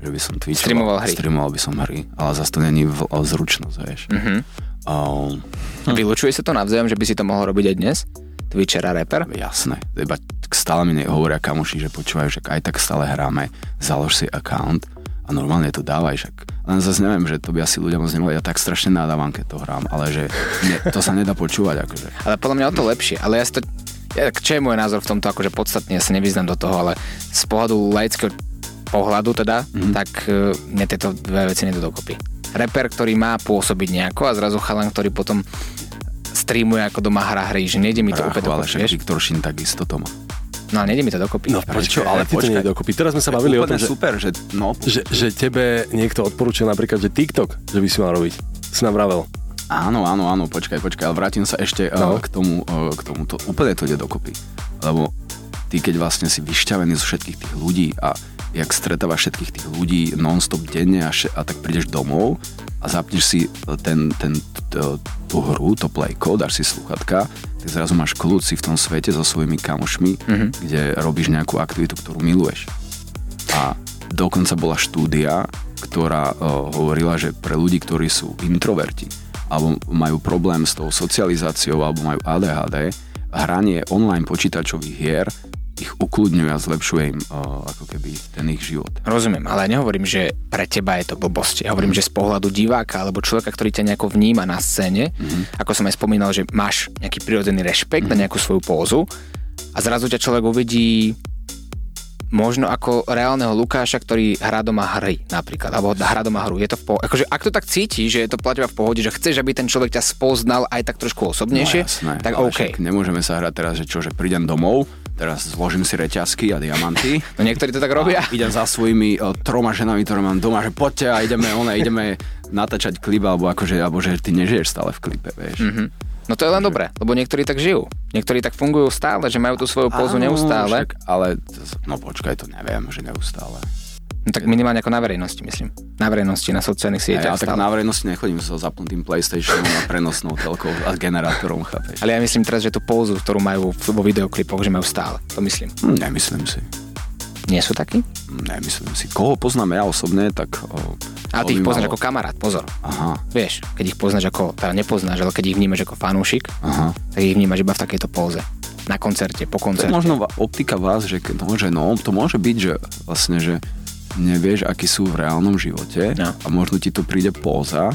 C: že by som Twitcher.
B: Streamoval hry.
C: Streamoval by som hry, ale zase to není v- o zručnosť, vieš.
B: Hm.
C: Mm-hmm. Um,
B: Mhm. Vylučuje sa to navzájom, že by si to mohol robiť aj dnes? Twitcher a rapper?
C: jasné, iba stále mi ne- hovoria kamoši, že počúvajú, že aj tak stále hráme, založ si account a normálne to dávaj, však. Len zase neviem, že to by asi ľudia moc nemali, ja tak strašne nadávam, keď to hrám, ale že ne, to sa nedá počúvať, akože.
B: Ale podľa mňa o to lepšie. Ale ja si to... Ja, čo je môj názor v tomto, akože podstatne ja sa nevyznam do toho, ale z pohľadu laického pohľadu teda, mm-hmm. tak e, mne tieto dve veci nedú dokopy. Reper, ktorý má pôsobiť nejako a zrazu chalan, ktorý potom streamuje ako doma hra hry, že nejde mi to úplne
C: Prachu, ale
B: dokopy,
C: však
B: vieš?
C: Viktor Šin takisto to má.
B: No ale nejde mi to dokopy.
D: No
C: Prečo?
D: počkaj,
C: Ale
D: ale ty to
C: počkaj.
D: nie je dokopy. Teraz sme sa bavili o
C: úplne
D: tom, že,
C: super, že no,
D: že, že tebe niekto odporúčil napríklad, že TikTok, že by si mal robiť. Si nám vravel.
C: Áno, áno, áno, počkaj, počkaj, ale vrátim sa ešte no.
D: No.
C: k tomu, eh, k tomuto, úplne to ide dokopy, lebo ty keď vlastne si vyšťavený zo všetkých tých ľudí a jak stretávaš všetkých tých ľudí non-stop denne a, še- a tak prídeš domov a zapneš si eh, ten, ten, t- eh, tú hru, to playko, dáš si sluchatka, ty zrazu máš kľúč si v tom svete so svojimi kamošmi,
D: Mhm.
C: mm-hmm. kde robíš nejakú aktivitu, ktorú miluješ. A dokonca bola štúdia, ktorá eh, hovorila, že pre ľudí, ktorí sú introverti alebo majú problém s tou socializáciou alebo majú ADHD, hranie online počítačových hier ich ukludňuje a zlepšuje im eh, ako keby ten ich život.
B: Rozumiem, ale ja nehovorím, že pre teba je to blbosť. Ja hovorím,
C: Mhm.
B: že z pohľadu diváka alebo človeka, ktorý ťa nejako vníma na scéne,
C: Mhm.
B: mm-hmm. ako som aj spomínal, že máš nejaký prirodzený rešpekt mm-hmm. na nejakú svoju pózu a zrazu ťa človek uvidí možno ako reálneho Lukáša, ktorý hrá doma hry napríklad, alebo hrá doma hru. Je to v po... akože, ak to tak cíti, že je to plativa v pohode, že chceš, aby ten človek ťa spoznal aj tak trošku osobnejšie, tak
C: No, ale
B: OK.
C: však Nemôžeme sa hrať teraz, že čo, že prídem domov, teraz zložím si reťazky a diamanty.
B: No niektorí to tak robia.
C: A idem za svojimi o, troma ženami, ktoré mám doma, že poďte a ideme, one, ideme natáčať klip, alebo akože, alebo že ty nežiješ stále v klipe, vieš. Mm-hmm.
B: No to je len dobré, lebo niektorí tak žijú. Niektorí tak fungujú stále, že majú tú svoju pózu neustále.
C: Však, ale, no počkaj, to neviem, že neustále.
B: No tak minimálne ako na verejnosti, myslím. Na verejnosti, na sociálnych
C: Ja,
B: sieťach
C: ja tak
B: stále.
C: na verejnosti nechodím so zapnutým PlayStationom a prenosnou telkou a generátorom, chápeš?
B: Ale ja myslím teraz, že tú pózu, ktorú majú v- vo videoklipoch, že majú stále. To myslím.
C: Hm, Nemyslím si. Hm,
B: Nie sú takí?
C: Nemyslím si. Koho poznám ja osobne, tak... O,
B: Ale ty ich
C: veľmi
B: poznáš
C: málo.
B: ako kamarát, pozor.
C: Aha,
B: Vieš, keď ich poznáš ako, teda nepoznáš, ale keď ich vnímaš ako fanúšik,
C: aha.
B: tak ich vnímaš iba v takejto póze. Na koncerte, po
C: To je
B: koncerte.
C: možno va- optika vás, že, keď- no, že no, to môže byť, že vlastne, že nevieš, akí sú v reálnom živote
B: No.
C: a možno ti to príde póza,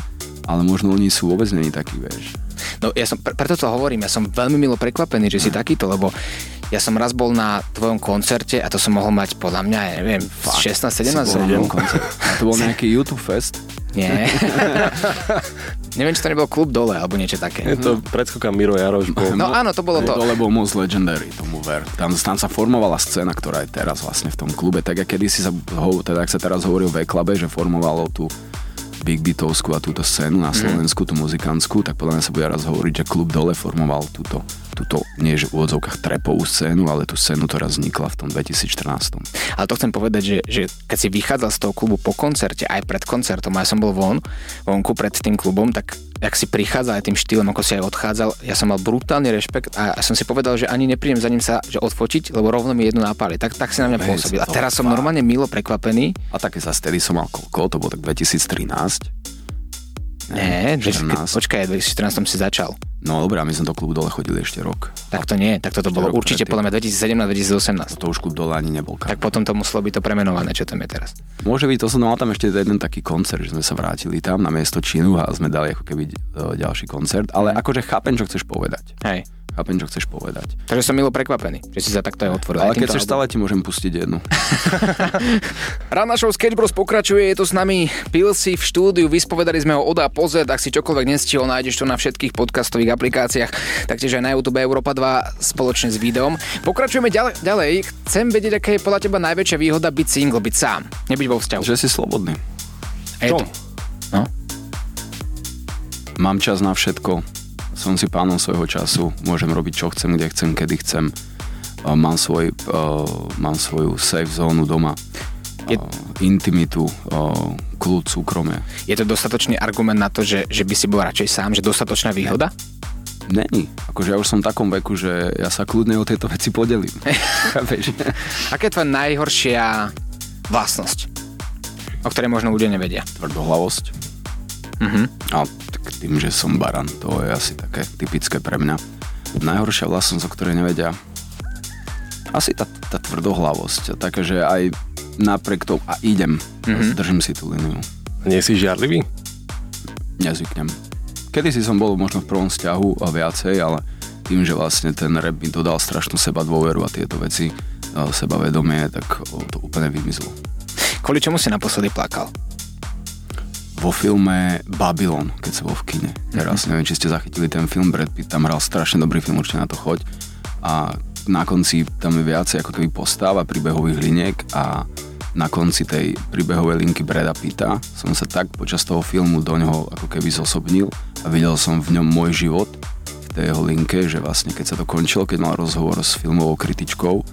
C: ale možno oni sú vôbec není takí, vieš.
B: No ja som, pre, preto to hovorím, ja som veľmi milo prekvapený,
C: Hm.
B: že si takýto, lebo ja som raz bol na tvojom koncerte a to som mohol mať podľa mňa, ja neviem, 16-17
C: Si bol na mojom
B: rokov.
C: koncerte. A to bol nejaký YouTube fest.
B: Nie. neviem, či to nebol klub dole alebo niečo také.
D: Je to predskoka Miro Jaroš bol.
C: Mhm.
B: No áno, to bolo to.
C: Dole bol Most Legendary, tomu ver. Tam, tam sa formovala scéna, ktorá je teraz vlastne v tom klube. Tak ako kedysi sa, ho, teda ak sa teraz hovorí o V-klabe, že formovalo tú Big Beatovskú a túto scénu
B: Mhm.
C: na Slovensku, tú muzikantskú, tak podľa mňa sa bude raz hovoriť, že klub dole formoval túto, túto nie že v úvodzovkách trepovú scénu, ale tú scénu, ktorá vznikla v tom 2014.
B: Ale to chcem povedať, že, že keď si vychádzal z toho klubu po koncerte, aj pred koncertom, a ja som bol von, vonku pred tým klubom, tak ak si prichádzal aj tým štýlom, ako si aj odchádzal, ja som mal brutálny rešpekt a ja som si povedal, že ani neprídem za ním sa že odfotiť, lebo rovno mi jednu napáli. Tak, tak si na mňa
C: Hej,
B: pôsobil. A
C: to
B: teraz som
C: fakt.
B: normálne milo prekvapený.
C: A také sa vtedy som mal koľko, to bolo tak 2013.
B: Nie, že, keď,
C: 14.
B: počkaj, v 2014 som si začal.
C: No dobré, a my sme do klubu dole chodili ešte rok.
B: Tak to nie, tak toto bolo
C: rok
B: určite
C: predtým.
B: podľa mňa 2017-2018.
C: To už klub dole ani nebol. kámo.
B: Tak potom to muselo byť to premenované, čo tam je teraz.
C: Môže byť, to som mal tam ešte jeden taký koncert, že sme sa vrátili tam na miesto Činu a sme dali ako keby e, ďalší koncert, ale akože chápem, čo chceš povedať.
B: Hej.
C: Chápem, čo chceš povedať.
B: Takže som milo prekvapený, že si sa takto aj otvoril.
C: Ale
B: aj týmto
C: keď chceš
B: albumom.
C: stále, ti môžem pustiť jednu.
B: Rána show Sketch Bros pokračuje, je to s nami Pilsi v štúdiu, vyspovedali sme ho od A po Z, ak si čokoľvek nestihol, nájdeš to na všetkých podcastových aplikáciách, taktiež aj na YouTube Európa 2 spoločne s videom. Pokračujeme ďalej, ďalej. chcem vedieť, aká je podľa teba najväčšia výhoda byť single, byť sám, nebyť vo vzťahu.
C: Že si slobodný.
B: je to. No.
C: Mám čas na všetko. Som si pánom svojho času. Môžem robiť, čo chcem, kde chcem, kedy chcem. E, Mám, svoj, e, mám svoju safe zónu doma. E,
B: Je-
C: Intimitu, e, kľud, súkromie.
B: Je to dostatočný argument na to, že, že by si bol radšej sám, že dostatočná výhoda?
C: Není. Akože ja už som v takom veku, že ja sa kľudne o tieto veci podelím. Chápeš?
B: Aká je tvoja najhoršia vlastnosť, o ktorej možno ľudia nevedia?
C: Tvrdohlavosť.
B: Mhm.
C: A tak tým, že som baran, to je asi také typické pre mňa. Najhoršia vlastnosť, o ktorej nevedia, asi tá, tá tvrdohlavosť. Také, že aj napriek tomu, a idem, mm-hmm. držím si tú líniu.
D: Nie si žiarlivý?
C: Nezvyknem. Kedy si som bol možno v prvom vzťahu a viacej, ale tým, že vlastne ten rap mi dodal strašnú seba dôveru a tieto veci, a sebavedomie, tak o, to úplne vymizlo.
B: Kvôli čomu si naposledy plakal?
C: vo filme Babylon, keď sa bol v kine. Teraz neviem, či ste zachytili ten film, Brad Pitt tam hral strašne dobrý film, určite na to choď. A na konci tam je viacej ako keby postáva príbehových liniek a na konci tej príbehovej linky Breda Pitta som sa tak počas toho filmu do neho ako keby zosobnil a videl som v ňom môj život v tej jeho linke, že vlastne keď sa to končilo, keď mal rozhovor s filmovou kritičkou,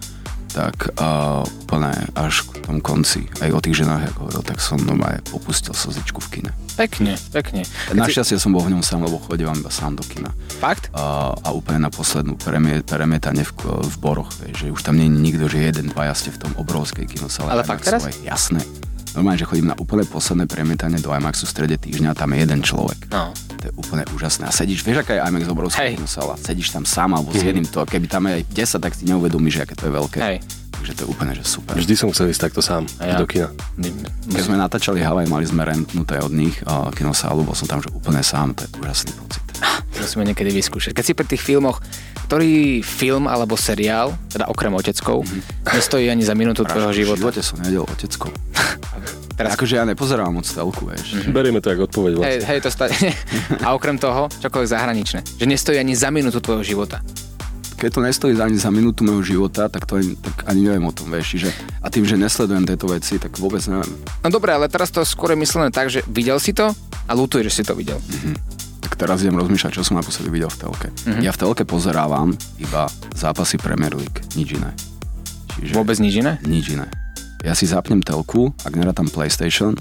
C: tak a úplne až k tom konci, aj o tých ženách, ako hovoril, tak som doma aj opustil slzičku v kine.
B: Pekne, pekne.
C: Našťastie som bol v ňom sám, lebo chodívam iba sám do kina.
B: Fakt?
C: A, a úplne na poslednú premie, premietanie v, v Boroch, vieš, že už tam nie je nikto, že jeden, dva, ste v tom obrovskej kinosale.
B: Ale
C: IMAX
B: fakt teraz?
C: svoje. Jasné. Normálne, že chodím na úplne posledné premietanie do IMAXu v strede týždňa, tam je jeden človek.
B: No.
C: To je úplne úžasné. A sedíš, vieš, aká je IMAX obrovská
B: Hej. Mhm.
C: hey. kinosala? Sedíš tam sám alebo s jedným to, a keby tam je aj 10, tak si neuvedomíš, že aké to je veľké.
B: Hej.
C: Takže to je úplne, že super.
D: Vždy som chcel ísť takto sám
B: A ja.
D: do kina.
C: Keď sme natáčali Havaj, mali sme rentnuté od nich a kinosálu, bol som tam že úplne sám, to je úžasný pocit.
B: Musíme niekedy vyskúšať. Keď si pri tých filmoch, ktorý film alebo seriál, teda okrem oteckov, mm-hmm. nestojí ani za minútu tvojho
C: V
B: života.
C: živote som nevedel otecko.
B: Teraz- Mhm.
C: Teraz... Akože ja nepozerám moc telku, vieš.
D: Berieme to ako odpoveď
B: Hej,
D: vlastne.
B: hej, to stane. A okrem toho, čokoľvek zahraničné. Že nestojí ani za minútu tvojho života.
C: Keď to nestojí za- ani za minútu mojho života, tak to ani, tak ani neviem o tom, vieš. Čiže, a tým, že nesledujem tieto veci, tak vôbec neviem.
B: No dobre, ale teraz to skôr je myslené tak, že videl si to a lutuješ, že si to videl.
C: Tak teraz idem rozmýšľať, čo som naposledy videl v telke.
B: Mhm.
C: Ja v telke pozerávam iba zápasy Premier League, nič iné. Čiže
B: Vôbec nič iné?
C: nič iné. ja si zapnem telku, ak nerátam PlayStation,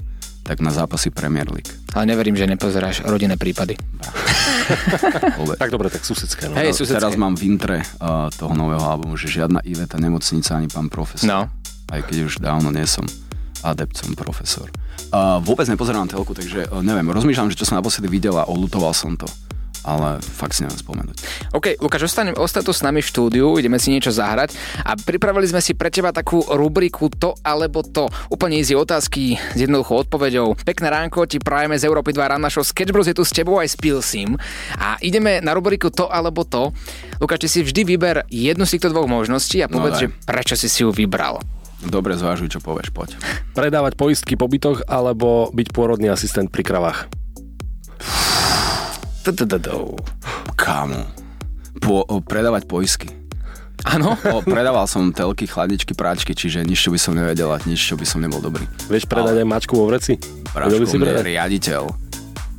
C: tak na zápasy Premier League.
B: Ale neverím, že nepozeráš rodinné prípady.
C: Vôbec.
D: Tak dobre, tak susedské. No.
B: Hej.
C: Teraz-
B: susedské.
C: Teraz mám v intre uh, toho nového albumu, že žiadna Iveta nemocnica ani pán profesor.
B: No.
C: Aj keď už dávno nie som adept, som profesor. Uh, vôbec nepozerám telku, takže uh, neviem, rozmýšľam, že čo som naposledy videl a olutoval som to. Ale fakt si neviem spomenúť.
B: OK, Lukáš, ostane, ostať tu s nami v štúdiu, ideme si niečo zahrať a pripravili sme si pre teba takú rubriku to alebo to. Úplne easy otázky s jednoduchou odpoveďou. Pekné ránko, ti prajeme z Európy 2 rána, show Sketch Bros je tu s tebou aj s Pilsim a ideme na rubriku to alebo to. Lukáš, ty si vždy vyber jednu z týchto dvoch možností a
C: No
B: povedz,
C: daj.
B: že prečo si si ju vybral.
C: Dobre, zvážuj, čo povieš, poď.
D: Predávať poistky po bytoch alebo byť pôrodný asistent pri kravách.
B: Tudududú.
C: Kámo. Po, o, predávať poisky.
B: Áno?
C: O, predával som telky, chladničky, práčky, čiže nič, čo by som nevedel a nič, čo by som nebol dobrý.
D: Vieš predať aj mačku vo vreci? Vedel by
C: Práčkom
D: si
C: je
D: predať?
C: riaditeľ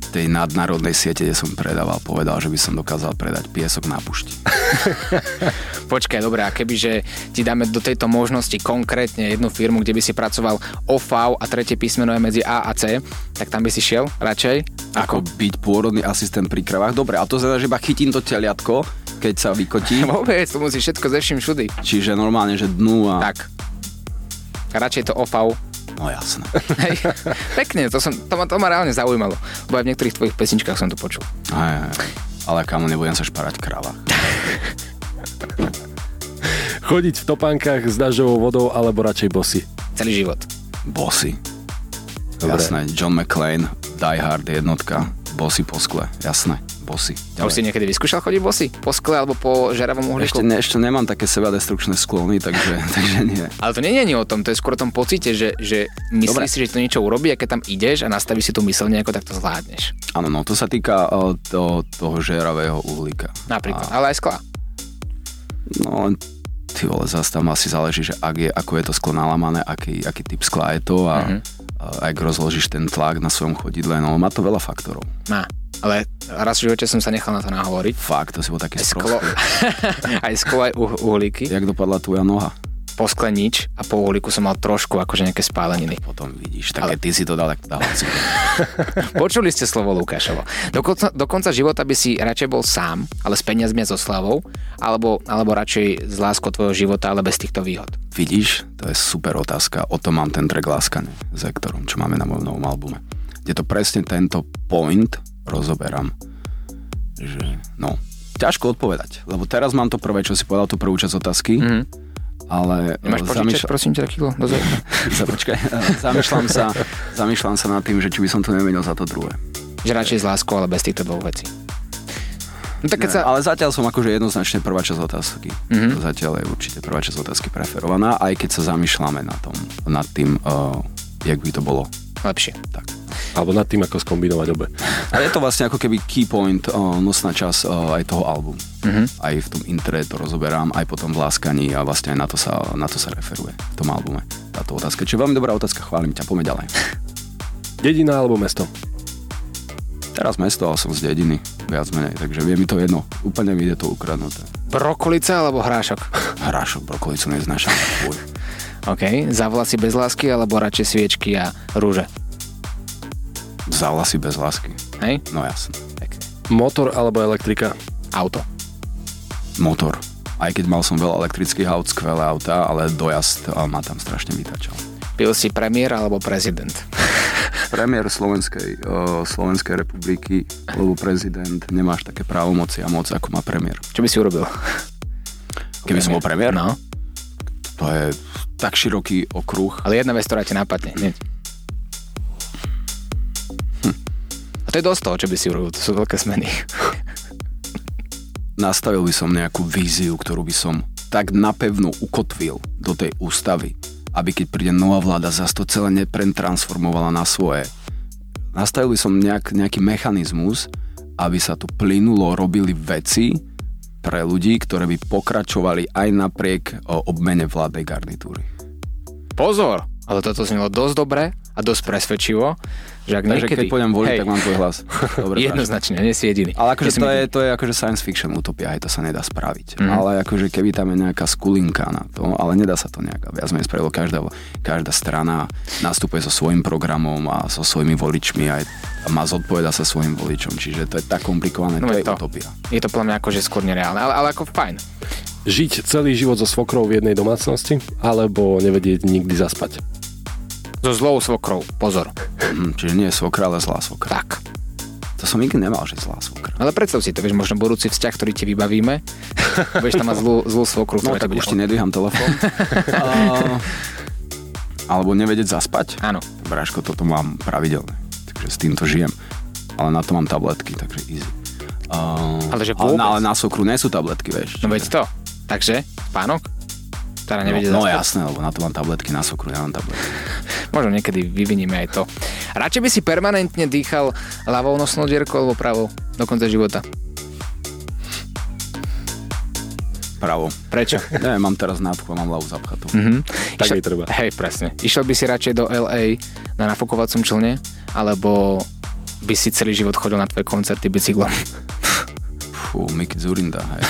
C: tej nadnárodnej siete, kde som predával, povedal, že by som dokázal predať piesok na pušti.
B: Počkaj, dobre, a kebyže ti dáme do tejto možnosti konkrétne jednu firmu, kde by si pracoval OV a tretie písmeno je medzi A a C, tak tam by si šiel radšej?
C: Ako byť pôrodný asistent pri kravách. Dobre, a to znamená, že iba chytím to teliatko, keď sa vykotí.
B: Vôbec, to musí všetko ze vším všudy.
C: Čiže normálne, že dnu a...
B: Tak. Radšej to OV.
C: No jasné.
B: Hej. Pekne, to, som, to, ma, to ma reálne zaujímalo. Lebo aj v niektorých tvojich pesničkách som to počul.
C: Aj, aj, aj. Ale kamo, nebudem sa šparať v kravách.
D: Chodiť v topánkach s dažďovou vodou alebo radšej bosy.
B: Celý život.
C: Bossy.
D: Dobre.
C: Jasné, John McClane, Die Hard jednotka, bossy po skle, jasné, bossy.
B: A už si niekedy vyskúšal chodiť bosy? Po skle alebo po žeravom uhlíku?
C: Ešte, ne, ešte nemám také sebadestrukčné sklony, takže, takže nie.
B: Ale to nie je ani o tom, to je skôr o tom pocite, že, že myslíš
C: Dobre.
B: si, že to niečo urobí a keď tam ideš a nastavíš si tú mysl nejako, tak to zvládneš.
C: Áno, no to sa týka o, to, toho žeravého uhlíka.
B: Napríklad,
C: A,
B: ale aj skla.
C: no len ty vole, zase tam asi záleží, že ak je, ako je to sklo nalamané, aký, aký typ skla je to a,
B: Mhm.
C: mm-hmm. a ak rozložíš ten tlak na svojom chodidle, no má to veľa faktorov.
B: Má. Ale raz v živote som sa nechal na to nahovoriť.
C: Fakt, to si bol taký
B: Aj sklo,
C: sklo...
B: aj sklo, aj uh, uhlíky.
C: Jak dopadla tvoja noha?
B: Po skle nič a po uhlíku som mal trošku akože nejaké spáleniny.
C: Potom vidíš, tak keď ty si to dal, tak to dal. hoci kto.
B: Počuli ste slovo Lukášovo. Do konca, do konca života by si radšej bol sám, ale s peniazmi a so slavou, alebo, alebo radšej s láskou tvojho života, ale bez týchto výhod.
C: Vidíš, to je super otázka. O tom mám ten track Láskane s Hektorom, čo máme na mojom novom albume. Je to presne tento point, rozoberám. Že, no, ťažko odpovedať, lebo teraz mám to prvé, čo si povedal, tú prvú časť otázky, mm-hmm. ale
B: Mhm. Nemáš
C: e,
B: požičať,
C: zamýšľa-
B: prosím ťa, takýto dozor?
C: za- počkaj, e, zamýšľam, sa, zamýšľam sa nad tým, že či by som to nemenil za to druhé.
B: Že radšej s láskou, ale bez týchto dvoch vecí. No tak keď
C: Ne,
B: sa... Mhm.
C: Ale zatiaľ som akože jednoznačne prvá časť otázky. Mm-hmm. To zatiaľ je určite prvá časť otázky preferovaná, aj keď sa zamýšľame na tom, nad tým, uh, jak by to bolo
B: Lepšie.
C: tak.
D: Alebo nad tým, ako skombinovať obe.
C: Ale je to vlastne ako keby key point, uh, nosná čas uh, aj toho albumu. Mm-hmm. Aj v tom intre to rozoberám, aj potom v láskaní a vlastne aj na to sa, na to sa referuje v tom albume táto otázka. Čiže veľmi dobrá otázka, chválim ťa, poďme ďalej.
D: Dedina alebo mesto.
C: Teraz mesto, ale som z dediny, viac menej, takže vie mi to jedno. Úplne mi ide to ukradnuté.
B: Brokolica alebo hrášok?
C: Hrášok, brokolicu neznášam. Fuj.
B: OK. Za vlasy bez lásky, alebo radšej sviečky a rúže.
C: Za vlasy bez lásky.
B: Hej?
C: No jasne.
B: Pekne.
D: Motor alebo elektrika.
B: Auto.
C: Motor. Aj keď mal som veľa elektrických aut, skvelé autá, ale dojazd uh, ma tam strašne vytačal.
B: Pil si premiér alebo prezident.
C: premiér Slovenskej, uh, Slovenskej republiky, lebo prezident nemáš také právomoci a moc, ako má premiér.
B: Čo by si urobil?
C: Keby som bol premiér,
B: No,
C: to je tak široký okruh.
B: ale jedna vec, ktorá ti napadne. Hneď. Hm. A to je dosť toho, čo by si urobil. To sú veľké zmeny.
C: Nastavil by som nejakú víziu, ktorú by som tak napevno ukotvil do tej ústavy, aby keď príde nová vláda, zase to celé neprentransformovala na svoje. Nastavil by som nejak, nejaký mechanizmus, aby sa tu plynulo robili veci pre ľudí, ktoré by pokračovali aj napriek o, obmene vládnej garnitúry.
B: Pozor! Ale toto znelo dosť dobre a a dosť presvedčivo, že ak
C: Takže
B: niekedy...
C: keď pôjdem voliť,
B: hej,
C: tak mám tvoj hlas. Dobre, práve.
B: Jednoznačne, nie si jediný.
C: Ale akože
B: Ty si
C: to
B: mi- Mhm.
C: je, to je akože science fiction utopia, aj to sa nedá spraviť. Mm. Ale akože keby tam je nejaká skulinka na to, ale nedá sa to nejak, viac menej spravilo, každá, každá strana nastupuje so svojím programom a so svojimi voličmi aj a má zodpoveda sa svojim voličom, čiže to je tak komplikované,
B: No
C: to
B: je
C: je
B: to.
C: utopia.
B: Je to podľa mňa akože skôr nereálne, ale, ale ako fajn.
D: Žiť celý život so svokrou v jednej domácnosti, alebo nevedieť nikdy zaspať.
B: So zlou svokrou, pozor.
C: Mm, čiže nie je svokra, ale zlá svokra.
B: Tak.
C: To som nikdy nemal, že zlá svokra.
B: Ale predstav si to, vieš, možno budúci vzťah, ktorý ti vybavíme, budeš tam mať zlú, zlú svokru, ktorá
C: No
B: ti
C: tak
B: bude...
C: už ti nedvíham telefón. A- Alebo nevedieť zaspať.
B: Áno.
C: Bráško, toto mám pravidelné, takže s týmto žijem. Ale na to mám tabletky, takže easy. Uh,
B: Ale že
C: ale,
B: vôbec?
C: na, ale na sokru nie sú tabletky, vieš.
B: No
C: čiže-
B: veď to. Takže, pánok? Teda Ktorá nevedie
C: no, no
B: zaspať.
C: jasné, lebo na to mám tabletky, na sokru nemám tabletky.
B: Možno niekedy vyviníme aj to. Radšej by si permanentne dýchal ľavou nosnou dierkou alebo pravou do konca života.
C: Pravo.
B: Prečo?
C: Neviem, mám teraz nápku a mám ľavú zapchatú.
B: Mhm.
D: Tak
B: Išiel-
D: je treba.
B: Hej, presne. Išiel by si radšej do LA na nafokovacom člne, alebo by si celý život chodil na tvoje koncerty bicyklom.
C: Fú, Mickey Zurinda, hej.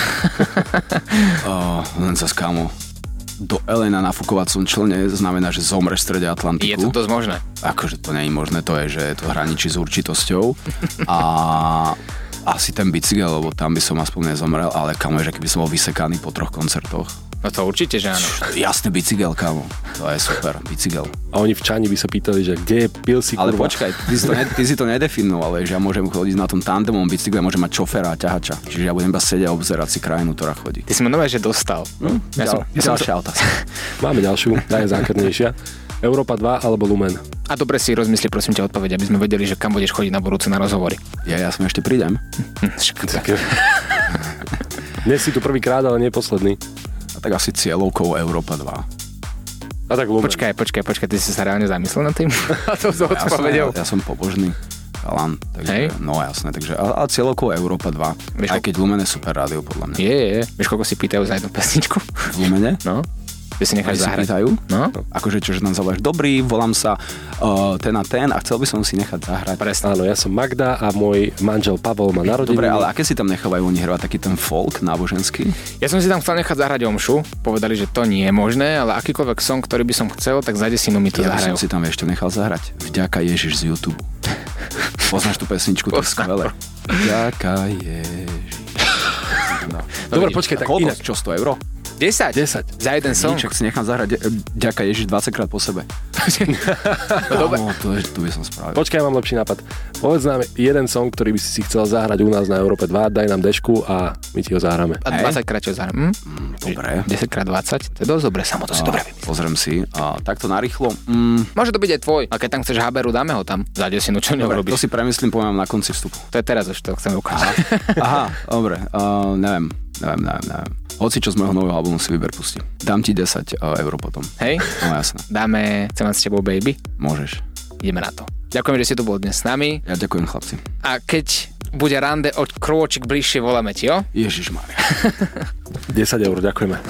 C: uh, len sa skámo. Do LA na nafúkovacom člne znamená, že zomreš v strede Atlantiku.
B: Je to dosť možné.
C: akože to nie je možné, to je, že to hraničí s určitosťou a asi ten bicykel, lebo tam by som aspoň nezomrel, ale kamo, že keby som bol vysekaný po troch koncertoch.
B: No to určite, že áno.
C: Jasný bicykel, kamo. To je super, bicykel.
D: A oni v Čani by sa pýtali, že kde je pil si
C: Ale
D: kurva?
C: počkaj, ty si, to ne, ty si to nedefinoval, že ja môžem chodiť na tom tandemom bicykle, môžem mať šoféra a ťahača. Čiže ja budem iba sedieť a obzerať si krajinu, ktorá chodí.
B: Ty si ma nové, že dostal. No, ja som, ja som
C: Ďalšia otázka.
D: Máme ďalšiu, tá je zákernejšia. Európa 2 alebo Lumen.
B: A dobre si rozmysli, prosím ťa, odpoveď, aby sme vedeli, že kam budeš chodiť na budúce na rozhovory.
C: Ja, ja som ešte prídem.
B: Hm, však-
D: Dnes si tu prvýkrát, ale nie posledný.
C: A tak asi cieľovkou Európa 2.
D: A tak Lumen.
B: Počkaj, počkaj, počkaj, ty si sa reálne zamyslel nad tým? A to som
C: Ja som,
B: odpovedel.
C: ja som pobožný. Alan, takže,
B: Hej.
C: no jasné, takže a, a cieľokou Európa 2,
B: Vieš,
C: aj keď Lumen je super rádio podľa mňa.
B: Je, je, je. Vieš, koľko si pýtajú za jednu pesničku?
C: V Lumene?
B: No, že si
C: Oni
B: necháš
C: si
B: zahrať.
C: pýtajú?
B: No,
C: Akože čo, že tam zavoláš, dobrý, volám sa uh, ten a ten a chcel by som si nechať zahrať.
B: presne.
D: Áno, ja som Magda a môj manžel Pavol má narodeniny.
C: Dobre, ale aké si tam nechávajú oni hrovať taký ten folk náboženský?
B: Ja som si tam chcel nechať zahrať omšu, povedali, že to nie je možné, ale akýkoľvek song, ktorý by som chcel, tak za desinu mi to
C: Ja
B: zahrajú.
C: by som si tam ešte nechal zahrať. Vďaka Ježiš z YouTube. Poznáš tú pesničku? To je skvelé. Vďaka Ježiš. No.
D: Dobre,
C: A
D: počkaj, tak
C: koľko?
D: inak.
C: Čo, 100 euro?
B: 10.
D: 10.
B: Za jeden song.
C: Nič, ak si nechám zahrať e, Ďaka Ježiš 20 krát po sebe.
B: Dobre.
C: No, to, je- to by som spravil.
D: Počkaj, mám lepší nápad. Povedz nám jeden song, ktorý by si si chcel zahrať u nás na Európe 2, daj nám dešku a my ti ho zahráme.
B: A 20 krát čo zahrám. Hm?
C: Dobre.
B: 10 krát 20, to je dosť dobre, samo to
C: No.
B: si dobre vymyslel.
C: Pozriem si. A takto narýchlo. Mm,
B: Môže to byť aj tvoj, a keď tam chceš haberu, dáme ho tam. Za desinu, čo
C: dobre, to
B: neurobiš?
C: si premyslím, poviem na konci vstupu.
B: To je teraz už, to chcem ukázať.
C: Aha, dobre, uh, neviem, neviem, neviem, neviem. Hoci čo z môjho nového albumu si vyber pustí. Dám ti 10 uh, eur potom.
B: Hej,
C: No jasné,
B: dáme Chcem mať s tebou baby,
C: môžeš.
B: ideme na to. Ďakujem, že si tu bol dnes s nami
C: Ja ďakujem chlapci.
B: a keď bude rande o krôčik bližšie, voláme ti, jo?
C: Ježiš Maria.
D: 10 eur, ďakujeme.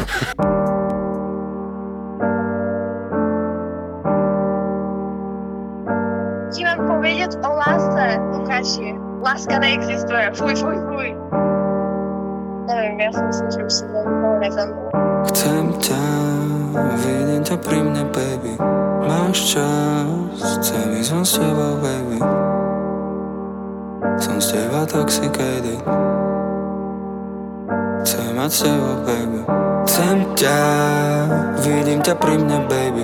E: Ti mám povedať o láse, Lukáši. Láska neexistuje. Fuj, fuj, fuj. Neviem, ja si myslím, že už som veľmi nezamila.
F: Chcem ťa, vidím ťa pri mne, baby Máš čas, chcem ísť von s tebou, baby Som z teba toxicated Chcem mať s tebou, baby Chcem ťa, vidím ťa pri mne, baby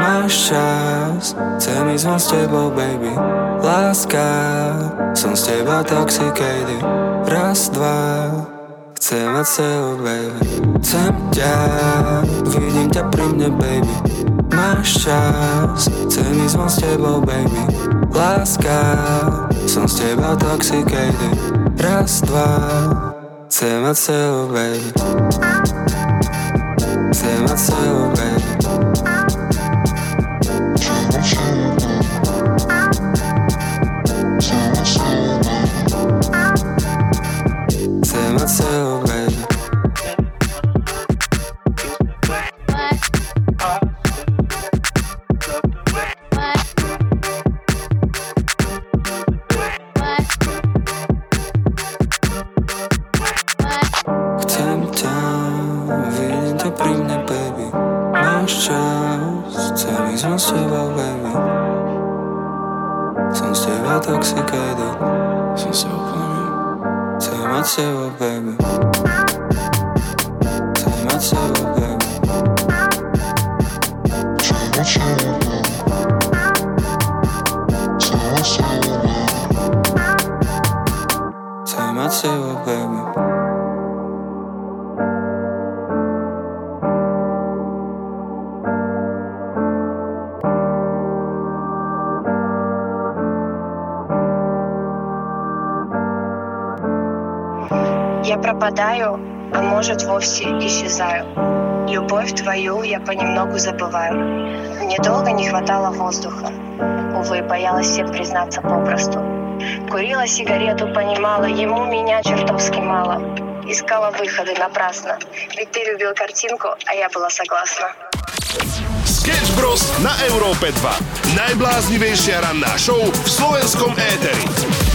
F: Máš čas, chcem ísť von s tebou, baby Láska, som z teba toxicated Raz, dva, Chcem mať s tebou, baby Chcem ťa, vidím ťa pri mne, baby Máš čas, chcem ísť von s tebou, baby Láska, som z teba toxicated Raz, dva, chcem mať s tebou, baby Chcem mať s tebou, baby Chcem mať s tebou, baby
G: What? What?
F: Celý som s tebou, baby Som s teba toxicated Som s tebou plný Chcem mať s tebou, baby Chcem mať s tebou, baby Chcem mať s tebou, baby
E: Я пропадаю, а может вовсе исчезаю. Любовь твою я понемногу забываю. Мне долго не хватало воздуха. Увы, боялась всем признаться попросту. Курила сигарету, понимала, ему меня чертовски мало. Искала выходы напрасно. Ведь ты любил картинку, а я была согласна.
A: Sketch Bros. na Európe 2. Najbláznivejšia ranná show v slovenskom éteri.